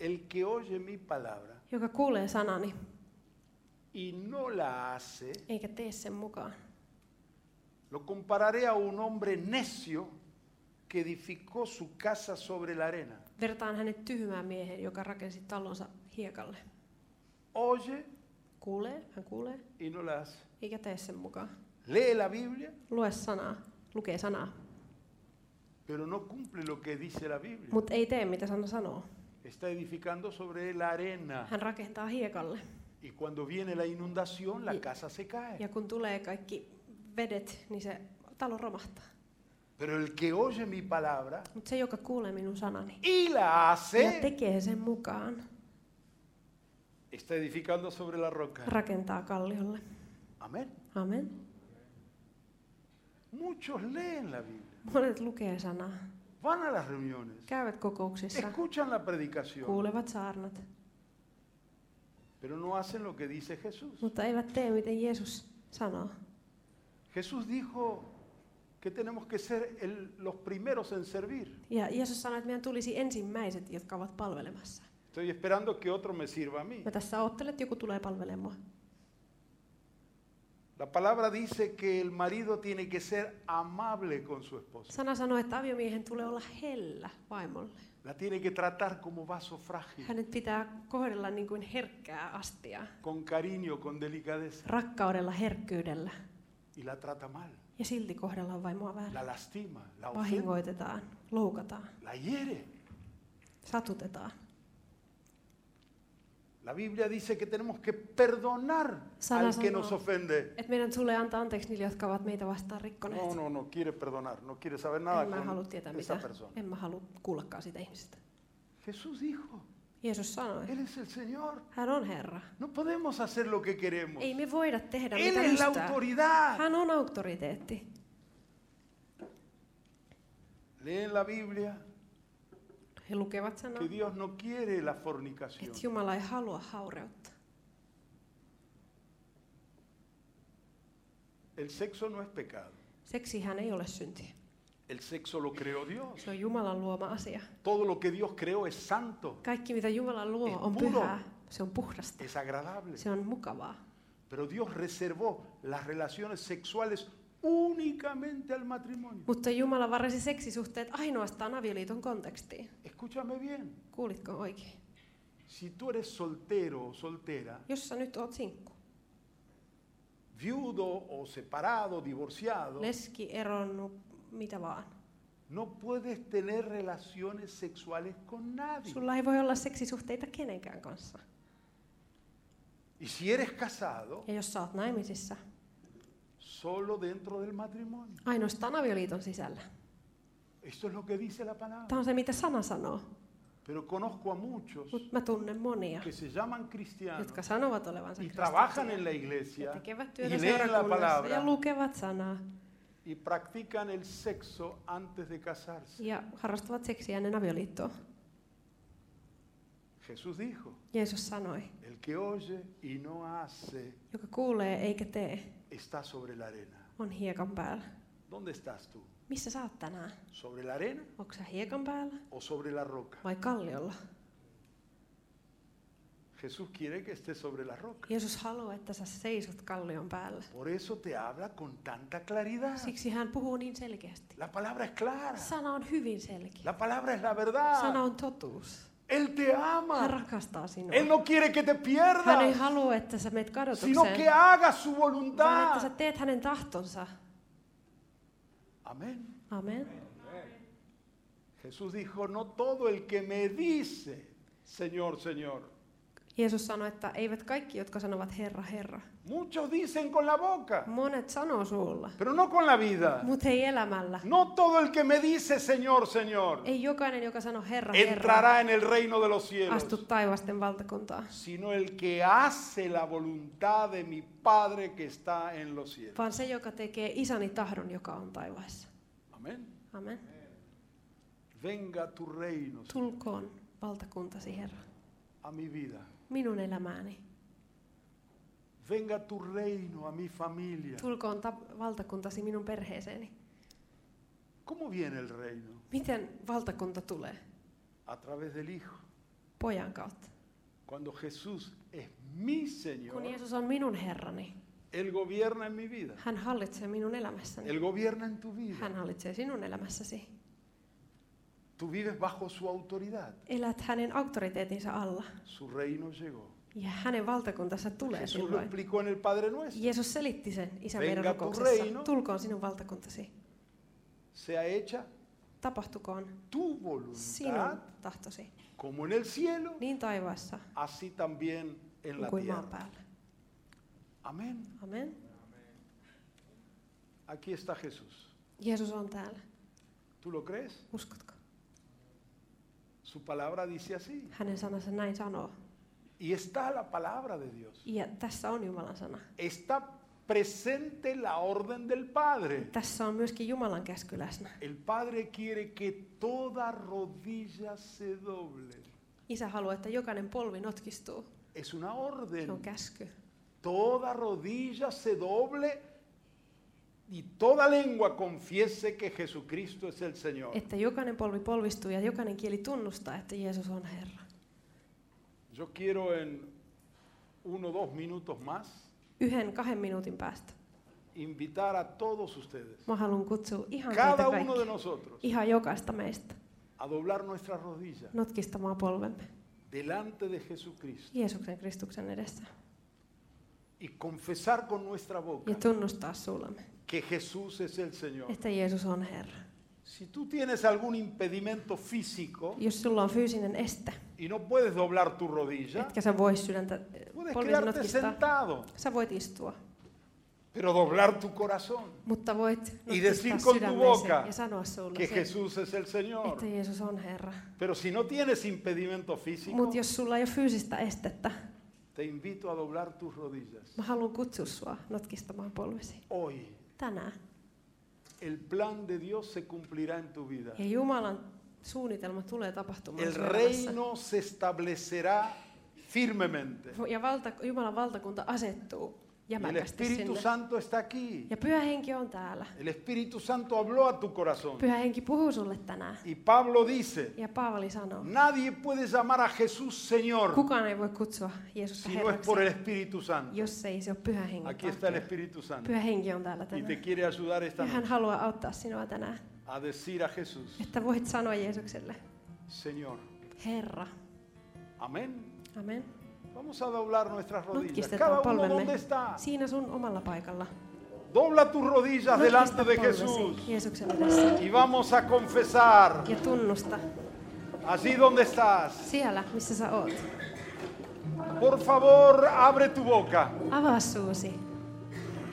[SPEAKER 2] el que oye mi palabra
[SPEAKER 3] joka kuulee sanani,
[SPEAKER 2] y no la hace,
[SPEAKER 3] eikä tee sen mukaan.
[SPEAKER 2] lo compararé a un hombre necio que edificó su casa sobre la arena.
[SPEAKER 3] Vertaan hänet tyhmään miehen, joka rakensi talonsa hiekalle.
[SPEAKER 2] Oye
[SPEAKER 3] Kuulee, hän kuulee,
[SPEAKER 2] y no la hace.
[SPEAKER 3] eikä tee sen mukaan.
[SPEAKER 2] Lee la Biblia,
[SPEAKER 3] Lue sanaa, lukee sanaa,
[SPEAKER 2] pero no cumple lo que dice la Biblia.
[SPEAKER 3] mutta ei tee mitä sana sanoo.
[SPEAKER 2] Está edificando sobre la arena.
[SPEAKER 3] Hän rakentaa hiekalle.
[SPEAKER 2] Y cuando viene la inundación, la
[SPEAKER 3] Y-
[SPEAKER 2] casa se
[SPEAKER 3] Ja
[SPEAKER 2] cae.
[SPEAKER 3] kun tulee kaikki vedet, niin se talo romahtaa.
[SPEAKER 2] Pero el que oye mi palabra
[SPEAKER 3] Mutta se, joka kuulee minun sanani
[SPEAKER 2] y la
[SPEAKER 3] ja
[SPEAKER 2] hace,
[SPEAKER 3] tekee sen mukaan,
[SPEAKER 2] está edificando sobre la roca.
[SPEAKER 3] rakentaa kalliolle.
[SPEAKER 2] Amén.
[SPEAKER 3] Amen.
[SPEAKER 2] Muchos leen la Biblia,
[SPEAKER 3] Monet lukee sanaa,
[SPEAKER 2] van a las reuniones,
[SPEAKER 3] käyvät kokouksissa,
[SPEAKER 2] escuchan la predicación,
[SPEAKER 3] kuulevat saarnat,
[SPEAKER 2] pero no hacen lo que dice Jesús.
[SPEAKER 3] mutta eivät tee miten Jeesus sanoo.
[SPEAKER 2] Jesús dijo que tenemos que ser el- los primeros en servir.
[SPEAKER 3] Ja Jeesus sanoi, että meidän tulisi ensimmäiset, jotka ovat palvelemassa.
[SPEAKER 2] Estoy esperando que otro me sirva a mí.
[SPEAKER 3] Mä tässä ottelen, että joku tulee palvelemaan.
[SPEAKER 2] La palabra dice que el marido tiene que ser amable con su esposa.
[SPEAKER 3] Sana sanoi, että aviomiehen tulee olla hellä vaimolle.
[SPEAKER 2] La tiene que tratar como vaso frágil,
[SPEAKER 3] Hänet pitää kohdella niin kuin herkkää astia.
[SPEAKER 2] con cariño, con delicadeza.
[SPEAKER 3] Rakkaudella, herkkyydellä.
[SPEAKER 2] Y la trata mal,
[SPEAKER 3] Ja silti kohdellaan vaimoa
[SPEAKER 2] la
[SPEAKER 3] väärin.
[SPEAKER 2] lastima, la ofende,
[SPEAKER 3] Vahingoitetaan, loukataan,
[SPEAKER 2] la hiere.
[SPEAKER 3] satutetaan.
[SPEAKER 2] La La Biblia dice que tenemos que perdonar
[SPEAKER 3] Sana
[SPEAKER 2] al que
[SPEAKER 3] sanoo.
[SPEAKER 2] nos ofende.
[SPEAKER 3] Että meidän tulee antaa anteeksi niille, jotka ovat meitä vastaan rikkoneet.
[SPEAKER 2] No, no, no quiere perdonar, no quiere saber
[SPEAKER 3] en
[SPEAKER 2] nada
[SPEAKER 3] mä halua
[SPEAKER 2] con
[SPEAKER 3] tietää
[SPEAKER 2] esa
[SPEAKER 3] mitään.
[SPEAKER 2] persona.
[SPEAKER 3] En mä halua kuullakaan siitä ihmisestä.
[SPEAKER 2] Jesús dijo,
[SPEAKER 3] Jeesus sanoi,
[SPEAKER 2] Él es el Señor.
[SPEAKER 3] hän on Herra.
[SPEAKER 2] No podemos hacer lo que queremos.
[SPEAKER 3] Ei me voida tehdä
[SPEAKER 2] Él
[SPEAKER 3] mitä
[SPEAKER 2] es la
[SPEAKER 3] lystää.
[SPEAKER 2] autoridad.
[SPEAKER 3] Hän on auktoriteetti.
[SPEAKER 2] Leen la Biblia
[SPEAKER 3] He lukevat sanaa,
[SPEAKER 2] que Dios no quiere la fornicación.
[SPEAKER 3] että Jumala ei halua haureutta.
[SPEAKER 2] El sexo no es pecado.
[SPEAKER 3] Seksihän ei ole synti.
[SPEAKER 2] El sexo lo creó Dios.
[SPEAKER 3] Se on Jumalan luoma asia.
[SPEAKER 2] Todo lo que Dios creó es santo,
[SPEAKER 3] Kaikki mitä Jumala
[SPEAKER 2] Ei
[SPEAKER 3] luo on
[SPEAKER 2] puro.
[SPEAKER 3] pyhää. Se on puhdasta.
[SPEAKER 2] es agradable.
[SPEAKER 3] Se on mukavaa.
[SPEAKER 2] Pero Dios reservó las relaciones sexuales únicamente al matrimonio.
[SPEAKER 3] Mutta Jumala varasi seksisuhteet ainoastaan avioliiton kontekstiin.
[SPEAKER 2] Escúchame bien,
[SPEAKER 3] Kuulitko oikein?
[SPEAKER 2] si tú eres soltero o soltera,
[SPEAKER 3] Jos sä nyt oot sinkku,
[SPEAKER 2] viudo o separado, divorciado,
[SPEAKER 3] leski, eronnut, mitä vaan.
[SPEAKER 2] no puedes tener relaciones sexuales con nadie.
[SPEAKER 3] Sulla ei voi olla seksisuhteita kenenkään kanssa.
[SPEAKER 2] Y si eres casado,
[SPEAKER 3] Ja jos sä oot naimisissa,
[SPEAKER 2] solo dentro del matrimonio.
[SPEAKER 3] ainoastaan avioliiton sisällä.
[SPEAKER 2] Esto es lo que dice la palabra.
[SPEAKER 3] Tämä on se, mitä sana sanoo.
[SPEAKER 2] Pero conozco a muchos
[SPEAKER 3] Mutta mä tunnen monia,
[SPEAKER 2] que se llaman cristianos
[SPEAKER 3] jotka sanovat olevansa
[SPEAKER 2] y trabajan
[SPEAKER 3] kristittyjä
[SPEAKER 2] en la
[SPEAKER 3] ja
[SPEAKER 2] iglesia
[SPEAKER 3] tekevät
[SPEAKER 2] y
[SPEAKER 3] työtä
[SPEAKER 2] leen la
[SPEAKER 3] seurakunnassa ja
[SPEAKER 2] palabra
[SPEAKER 3] lukevat sanaa
[SPEAKER 2] y practican el sexo antes de casarse.
[SPEAKER 3] ja harrastavat seksiä ennen avioliittoa.
[SPEAKER 2] Jesús dijo,
[SPEAKER 3] Jeesus sanoi,
[SPEAKER 2] el que oye y no hace
[SPEAKER 3] joka kuulee eikä tee,
[SPEAKER 2] está sobre la arena.
[SPEAKER 3] on hiekan päällä.
[SPEAKER 2] ¿Dónde estás tú?
[SPEAKER 3] Missä sä oot tänään?
[SPEAKER 2] ¿Sobre la arena
[SPEAKER 3] Onko sä hiekan päällä
[SPEAKER 2] o sobre la roca?
[SPEAKER 3] vai kalliolla?
[SPEAKER 2] Jesús quiere que estés sobre la roca.
[SPEAKER 3] Jeesus haluaa, että sä seisot kallion päällä.
[SPEAKER 2] Por eso te habla con tanta claridad.
[SPEAKER 3] Siksi hän puhuu niin selkeästi.
[SPEAKER 2] La palabra es clara.
[SPEAKER 3] Sana on hyvin selkeä.
[SPEAKER 2] La palabra es la
[SPEAKER 3] Sana
[SPEAKER 2] verdad.
[SPEAKER 3] on totuus.
[SPEAKER 2] Él te
[SPEAKER 3] Hän
[SPEAKER 2] ama.
[SPEAKER 3] rakastaa sinua.
[SPEAKER 2] Él no quiere que te
[SPEAKER 3] Hän ei
[SPEAKER 2] pierdas,
[SPEAKER 3] halua, että sä meet
[SPEAKER 2] sino que
[SPEAKER 3] kadotukseen,
[SPEAKER 2] hagas su
[SPEAKER 3] vaan että sä
[SPEAKER 2] voluntad.
[SPEAKER 3] teet hänen tahtonsa.
[SPEAKER 2] Amén.
[SPEAKER 3] Amen.
[SPEAKER 2] Jesús dijo, no todo el que me dice, Señor, Señor.
[SPEAKER 3] Jeesus sanoi, että eivät kaikki, jotka sanovat Herra, Herra.
[SPEAKER 2] Muchos dicen con la boca,
[SPEAKER 3] Monet sanoo suulla,
[SPEAKER 2] pero no con la vida.
[SPEAKER 3] mutta ei elämällä.
[SPEAKER 2] No todo el que me dice, Señor, Señor,
[SPEAKER 3] Ei jokainen, joka sanoo Herra, Herra,
[SPEAKER 2] entrará en el reino de los cielos,
[SPEAKER 3] astu taivasten valtakuntaa,
[SPEAKER 2] sino el que hace la voluntad de mi Padre que está en los cielos.
[SPEAKER 3] vaan se, joka tekee isäni tahdon, joka on taivaassa.
[SPEAKER 2] Amén.
[SPEAKER 3] Amen.
[SPEAKER 2] Venga tu reino Señor,
[SPEAKER 3] Tulkoon valtakuntasi, Herra,
[SPEAKER 2] a mi vida.
[SPEAKER 3] minun elämääni.
[SPEAKER 2] Venga tu reino a mi familia.
[SPEAKER 3] Tulkoon ta- valtakuntasi minun perheeseeni.
[SPEAKER 2] ¿Cómo viene el reino?
[SPEAKER 3] Miten valtakunta tulee?
[SPEAKER 2] A través del Hijo.
[SPEAKER 3] Pojan kautta.
[SPEAKER 2] Cuando Jesús es mi
[SPEAKER 3] Kun
[SPEAKER 2] Señor,
[SPEAKER 3] Jeesus on minun herrani,
[SPEAKER 2] Él gobierna en mi vida.
[SPEAKER 3] hän hallitsee minun elämässäni.
[SPEAKER 2] Él gobierna en tu
[SPEAKER 3] Hän
[SPEAKER 2] vida.
[SPEAKER 3] hallitsee sinun elämässäsi.
[SPEAKER 2] Tú vives bajo su autoridad.
[SPEAKER 3] Elät hänen auktoriteetinsa alla.
[SPEAKER 2] Su reino llegó.
[SPEAKER 3] Ja hänen valtakuntansa tulee
[SPEAKER 2] Jesús lo
[SPEAKER 3] silloin.
[SPEAKER 2] explicó en el Padre Nuestro.
[SPEAKER 3] Jeesus selitti sen isän meidän
[SPEAKER 2] Venga tu
[SPEAKER 3] rukouksessa.
[SPEAKER 2] reino.
[SPEAKER 3] Tulkoon sinun valtakuntasi.
[SPEAKER 2] Sea hecha
[SPEAKER 3] Tapahtukoon
[SPEAKER 2] tu voluntad,
[SPEAKER 3] sinun tahtosi.
[SPEAKER 2] como en el cielo,
[SPEAKER 3] Niin taivaassa
[SPEAKER 2] así también en la
[SPEAKER 3] kuin maan
[SPEAKER 2] tierra.
[SPEAKER 3] päällä.
[SPEAKER 2] Amén.
[SPEAKER 3] Amen.
[SPEAKER 2] Aquí está Jesús.
[SPEAKER 3] Jeesus on täällä.
[SPEAKER 2] ¿Tú lo crees?
[SPEAKER 3] Uskotko?
[SPEAKER 2] Su palabra dice así.
[SPEAKER 3] Hänen sanansa näin sanoo.
[SPEAKER 2] Y está la palabra de Dios.
[SPEAKER 3] Ja tässä on Jumalan sana.
[SPEAKER 2] Está presente la orden del Padre.
[SPEAKER 3] Tässä on myöskin Jumalan käsky läsnä.
[SPEAKER 2] El Padre quiere que toda rodilla se doble.
[SPEAKER 3] Isä haluaa, että jokainen polvi notkistuu.
[SPEAKER 2] Es una
[SPEAKER 3] Se on
[SPEAKER 2] orden.
[SPEAKER 3] käsky.
[SPEAKER 2] Toda rodilla se doble y toda lengua confiese que Jesucristo es el Señor.
[SPEAKER 3] Että jokainen polvi polvistuu ja jokainen kieli tunnustaa, että Jeesus on Herra.
[SPEAKER 2] Yo quiero en uno o dos minutos más
[SPEAKER 3] Yhden kahden minuutin päästä.
[SPEAKER 2] invitar a todos ustedes,
[SPEAKER 3] Mä haluan kutsua ihan teitä
[SPEAKER 2] cada uno de
[SPEAKER 3] kaikkia,
[SPEAKER 2] nosotros,
[SPEAKER 3] ihan jokaista meistä,
[SPEAKER 2] a doblar nuestras rodillas
[SPEAKER 3] notkistamaan polvemme
[SPEAKER 2] delante de Jesucristo
[SPEAKER 3] Jeesuksen Kristuksen edessä
[SPEAKER 2] y confesar con nuestra boca
[SPEAKER 3] ja tunnustaa sullamme,
[SPEAKER 2] que Jesús es el Señor.
[SPEAKER 3] että Jeesus on Herra.
[SPEAKER 2] Si tú tienes algún impedimento físico
[SPEAKER 3] Jos sulla on fyysinen este,
[SPEAKER 2] y no puedes doblar tu rodilla,
[SPEAKER 3] etkä sä voi sydäntä
[SPEAKER 2] puedes
[SPEAKER 3] polvia
[SPEAKER 2] quedarte
[SPEAKER 3] notkistaa,
[SPEAKER 2] sentado,
[SPEAKER 3] sä voit istua.
[SPEAKER 2] pero doblar tu corazón,
[SPEAKER 3] Mutta voit
[SPEAKER 2] decir
[SPEAKER 3] notkistaa
[SPEAKER 2] con tu
[SPEAKER 3] sydämesi
[SPEAKER 2] boca
[SPEAKER 3] ja sanoa suulla
[SPEAKER 2] que
[SPEAKER 3] sen,
[SPEAKER 2] Jesús es el Señor.
[SPEAKER 3] että Jeesus on Herra.
[SPEAKER 2] Pero si no tienes impedimento físico,
[SPEAKER 3] Mutta jos sulla ei ole fyysistä estettä,
[SPEAKER 2] te invito a doblar tus rodillas.
[SPEAKER 3] mä haluan kutsua sua notkistamaan polvesi.
[SPEAKER 2] Hoy
[SPEAKER 3] Tänään.
[SPEAKER 2] el plan de Dios se cumplirá en tu vida.
[SPEAKER 3] Ja Jumalan suunnitelma tulee tapahtumaan
[SPEAKER 2] El
[SPEAKER 3] sun elämässä.
[SPEAKER 2] reino se establecerá firmemente.
[SPEAKER 3] Ja valta, Jumalan valtakunta asettuu
[SPEAKER 2] Y el
[SPEAKER 3] jämäkästi
[SPEAKER 2] Espíritu
[SPEAKER 3] sinne.
[SPEAKER 2] Santo está aquí.
[SPEAKER 3] Ja pyhä henki on täällä.
[SPEAKER 2] El Espíritu Santo habló a tu corazón.
[SPEAKER 3] Pyhä henki puhuu sulle tänään.
[SPEAKER 2] Y Pablo dice,
[SPEAKER 3] Ja Paavali sanoo,
[SPEAKER 2] nadie puede llamar a Jesús Señor
[SPEAKER 3] kukaan ei voi kutsua Jeesusta
[SPEAKER 2] si no es por
[SPEAKER 3] herraksi,
[SPEAKER 2] el Espíritu Santo.
[SPEAKER 3] jos ei se ole pyhä henki.
[SPEAKER 2] Aquí está el Espíritu Santo.
[SPEAKER 3] Pyhä henki on täällä
[SPEAKER 2] Y te
[SPEAKER 3] tänään.
[SPEAKER 2] quiere ayudar esta
[SPEAKER 3] Ja hän
[SPEAKER 2] noche
[SPEAKER 3] haluaa auttaa sinua tänään,
[SPEAKER 2] a decir a Jesús,
[SPEAKER 3] että voit sanoa Jeesukselle,
[SPEAKER 2] Señor.
[SPEAKER 3] Herra.
[SPEAKER 2] Amén.
[SPEAKER 3] Amen.
[SPEAKER 2] Vamos a doblar nuestras rodillas. Cada
[SPEAKER 3] Nutkistetaan
[SPEAKER 2] uno
[SPEAKER 3] polvemme
[SPEAKER 2] donde está.
[SPEAKER 3] siinä sun omalla paikalla.
[SPEAKER 2] Dobla tus rodillas delante
[SPEAKER 3] Nutkista
[SPEAKER 2] de
[SPEAKER 3] polvesi
[SPEAKER 2] Jesús.
[SPEAKER 3] Jeesuksen edessä.
[SPEAKER 2] Y vamos a confesar.
[SPEAKER 3] Ja tunnusta
[SPEAKER 2] Allí donde estás.
[SPEAKER 3] siellä, missä sä oot.
[SPEAKER 2] Por favor, abre tu boca.
[SPEAKER 3] Avaa suusi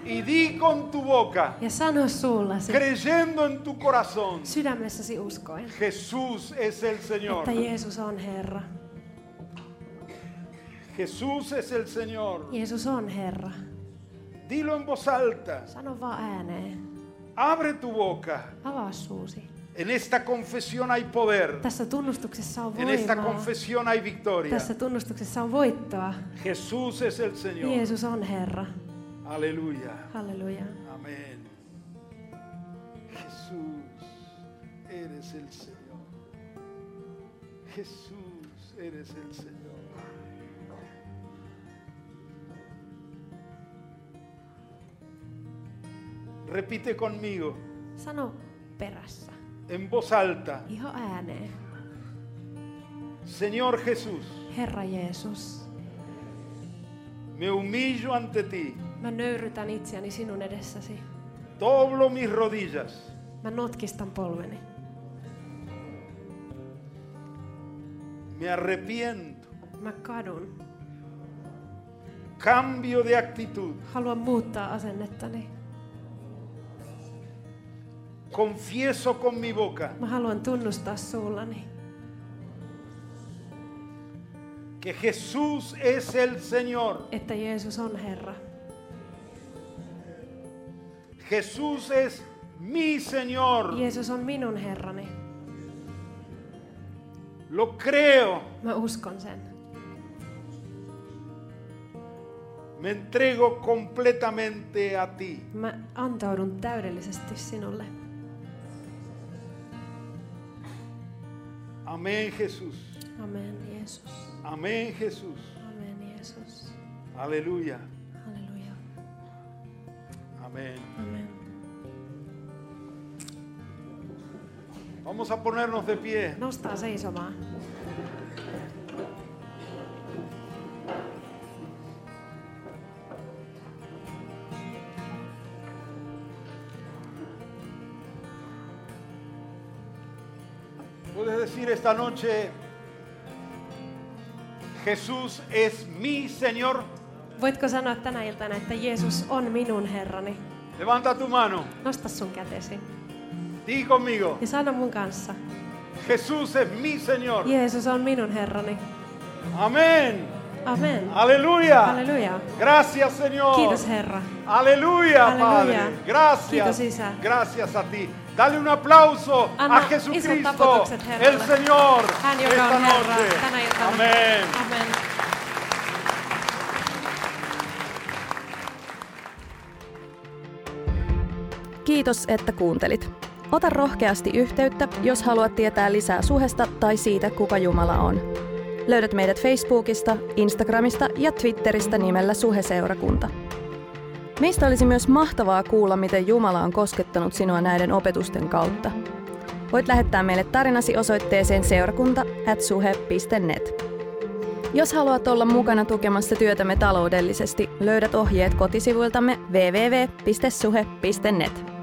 [SPEAKER 2] Y di con tu boca,
[SPEAKER 3] ja sano suullasi
[SPEAKER 2] creyendo en tu corazón,
[SPEAKER 3] sydämessäsi uskoen,
[SPEAKER 2] Jesús es el Señor.
[SPEAKER 3] että Jeesus on Herra.
[SPEAKER 2] Jesús es el Señor.
[SPEAKER 3] Jeesus on Herra.
[SPEAKER 2] Dilo en voz alta.
[SPEAKER 3] Sano vaan ääneen.
[SPEAKER 2] Abre tu boca.
[SPEAKER 3] Avaa suusi.
[SPEAKER 2] En esta confesión hay poder.
[SPEAKER 3] Tässä tunnustuksessa on
[SPEAKER 2] En esta
[SPEAKER 3] voimaa.
[SPEAKER 2] confesión hay victoria.
[SPEAKER 3] Tässä tunnustuksessa on voittoa.
[SPEAKER 2] Jesús es el Señor.
[SPEAKER 3] Jeesus on Herra.
[SPEAKER 2] Aleluya.
[SPEAKER 3] Halleluja.
[SPEAKER 2] Amén. Jesús, eres el Señor. Jesús, eres el Señor. Repite conmigo
[SPEAKER 3] Sano perässä.
[SPEAKER 2] en voz alta,
[SPEAKER 3] Iho ääneen.
[SPEAKER 2] Señor Jesús,
[SPEAKER 3] Herra Jeesus,
[SPEAKER 2] me humillo ante ti,
[SPEAKER 3] mä nöyrytän itseäni sinun edessäsi.
[SPEAKER 2] doblo mis rodillas
[SPEAKER 3] Mä notkistan polveni.
[SPEAKER 2] Me arrepiento.
[SPEAKER 3] Mä kadun.
[SPEAKER 2] Cambio de actitud.
[SPEAKER 3] Haluan muuttaa asennettani.
[SPEAKER 2] Confieso con mi boca
[SPEAKER 3] Mä haluan tunnustaa suullani,
[SPEAKER 2] que Jesús es el Señor.
[SPEAKER 3] että Jeesus on Herra.
[SPEAKER 2] Jesús es mi Señor.
[SPEAKER 3] Jeesus on minun Herrani.
[SPEAKER 2] Lo creo.
[SPEAKER 3] Mä uskon sen.
[SPEAKER 2] Me entrego completamente a ti.
[SPEAKER 3] Mä antaudun täydellisesti sinulle.
[SPEAKER 2] Amén Jesús.
[SPEAKER 3] Amen, Jeesus.
[SPEAKER 2] Amén Jesús.
[SPEAKER 3] Amen, Jeesus.
[SPEAKER 2] Aleluya.
[SPEAKER 3] Halleluja.
[SPEAKER 2] Amén.
[SPEAKER 3] Amen.
[SPEAKER 2] Vamos a ponernos de pie.
[SPEAKER 3] Nostaa seisomaan.
[SPEAKER 2] Puedes decir esta noche, Jesús es mi Señor.
[SPEAKER 3] Voitko sanoa tänä iltana, että Jeesus on minun Herrani?
[SPEAKER 2] Levanta tu mano.
[SPEAKER 3] Nosta sun kätesi
[SPEAKER 2] Di conmigo.
[SPEAKER 3] ja sano mun kanssa.
[SPEAKER 2] Jesús es mi Señor.
[SPEAKER 3] Jeesus on minun Herrani.
[SPEAKER 2] Amén.
[SPEAKER 3] Amen.
[SPEAKER 2] Aleluya.
[SPEAKER 3] Halleluja.
[SPEAKER 2] Gracias, Señor.
[SPEAKER 3] Kiitos Herra.
[SPEAKER 2] Aleluya,
[SPEAKER 3] Aleluya.
[SPEAKER 2] Padre. Gracias.
[SPEAKER 3] Kiitos, Isä.
[SPEAKER 2] Gracias a ti. Dale un aplauso
[SPEAKER 3] Anna
[SPEAKER 2] a
[SPEAKER 3] isot
[SPEAKER 2] Jesucristo,
[SPEAKER 3] taputukset Herralle.
[SPEAKER 2] el Señor,
[SPEAKER 3] Hän, joka
[SPEAKER 2] esta
[SPEAKER 3] on
[SPEAKER 2] noche.
[SPEAKER 3] Herra tänä iltana.
[SPEAKER 2] Amén.
[SPEAKER 3] Amen.
[SPEAKER 1] Kiitos, että kuuntelit. Ota rohkeasti yhteyttä, jos haluat tietää lisää suhesta tai siitä, kuka Jumala on. Löydät meidät Facebookista, Instagramista ja Twitteristä nimellä Suheseurakunta. Meistä olisi myös mahtavaa kuulla, miten Jumala on koskettanut sinua näiden opetusten kautta. Voit lähettää meille tarinasi osoitteeseen seurakunta at suhe.net. Jos haluat olla mukana tukemassa työtämme taloudellisesti, löydät ohjeet kotisivuiltamme www.suhe.net.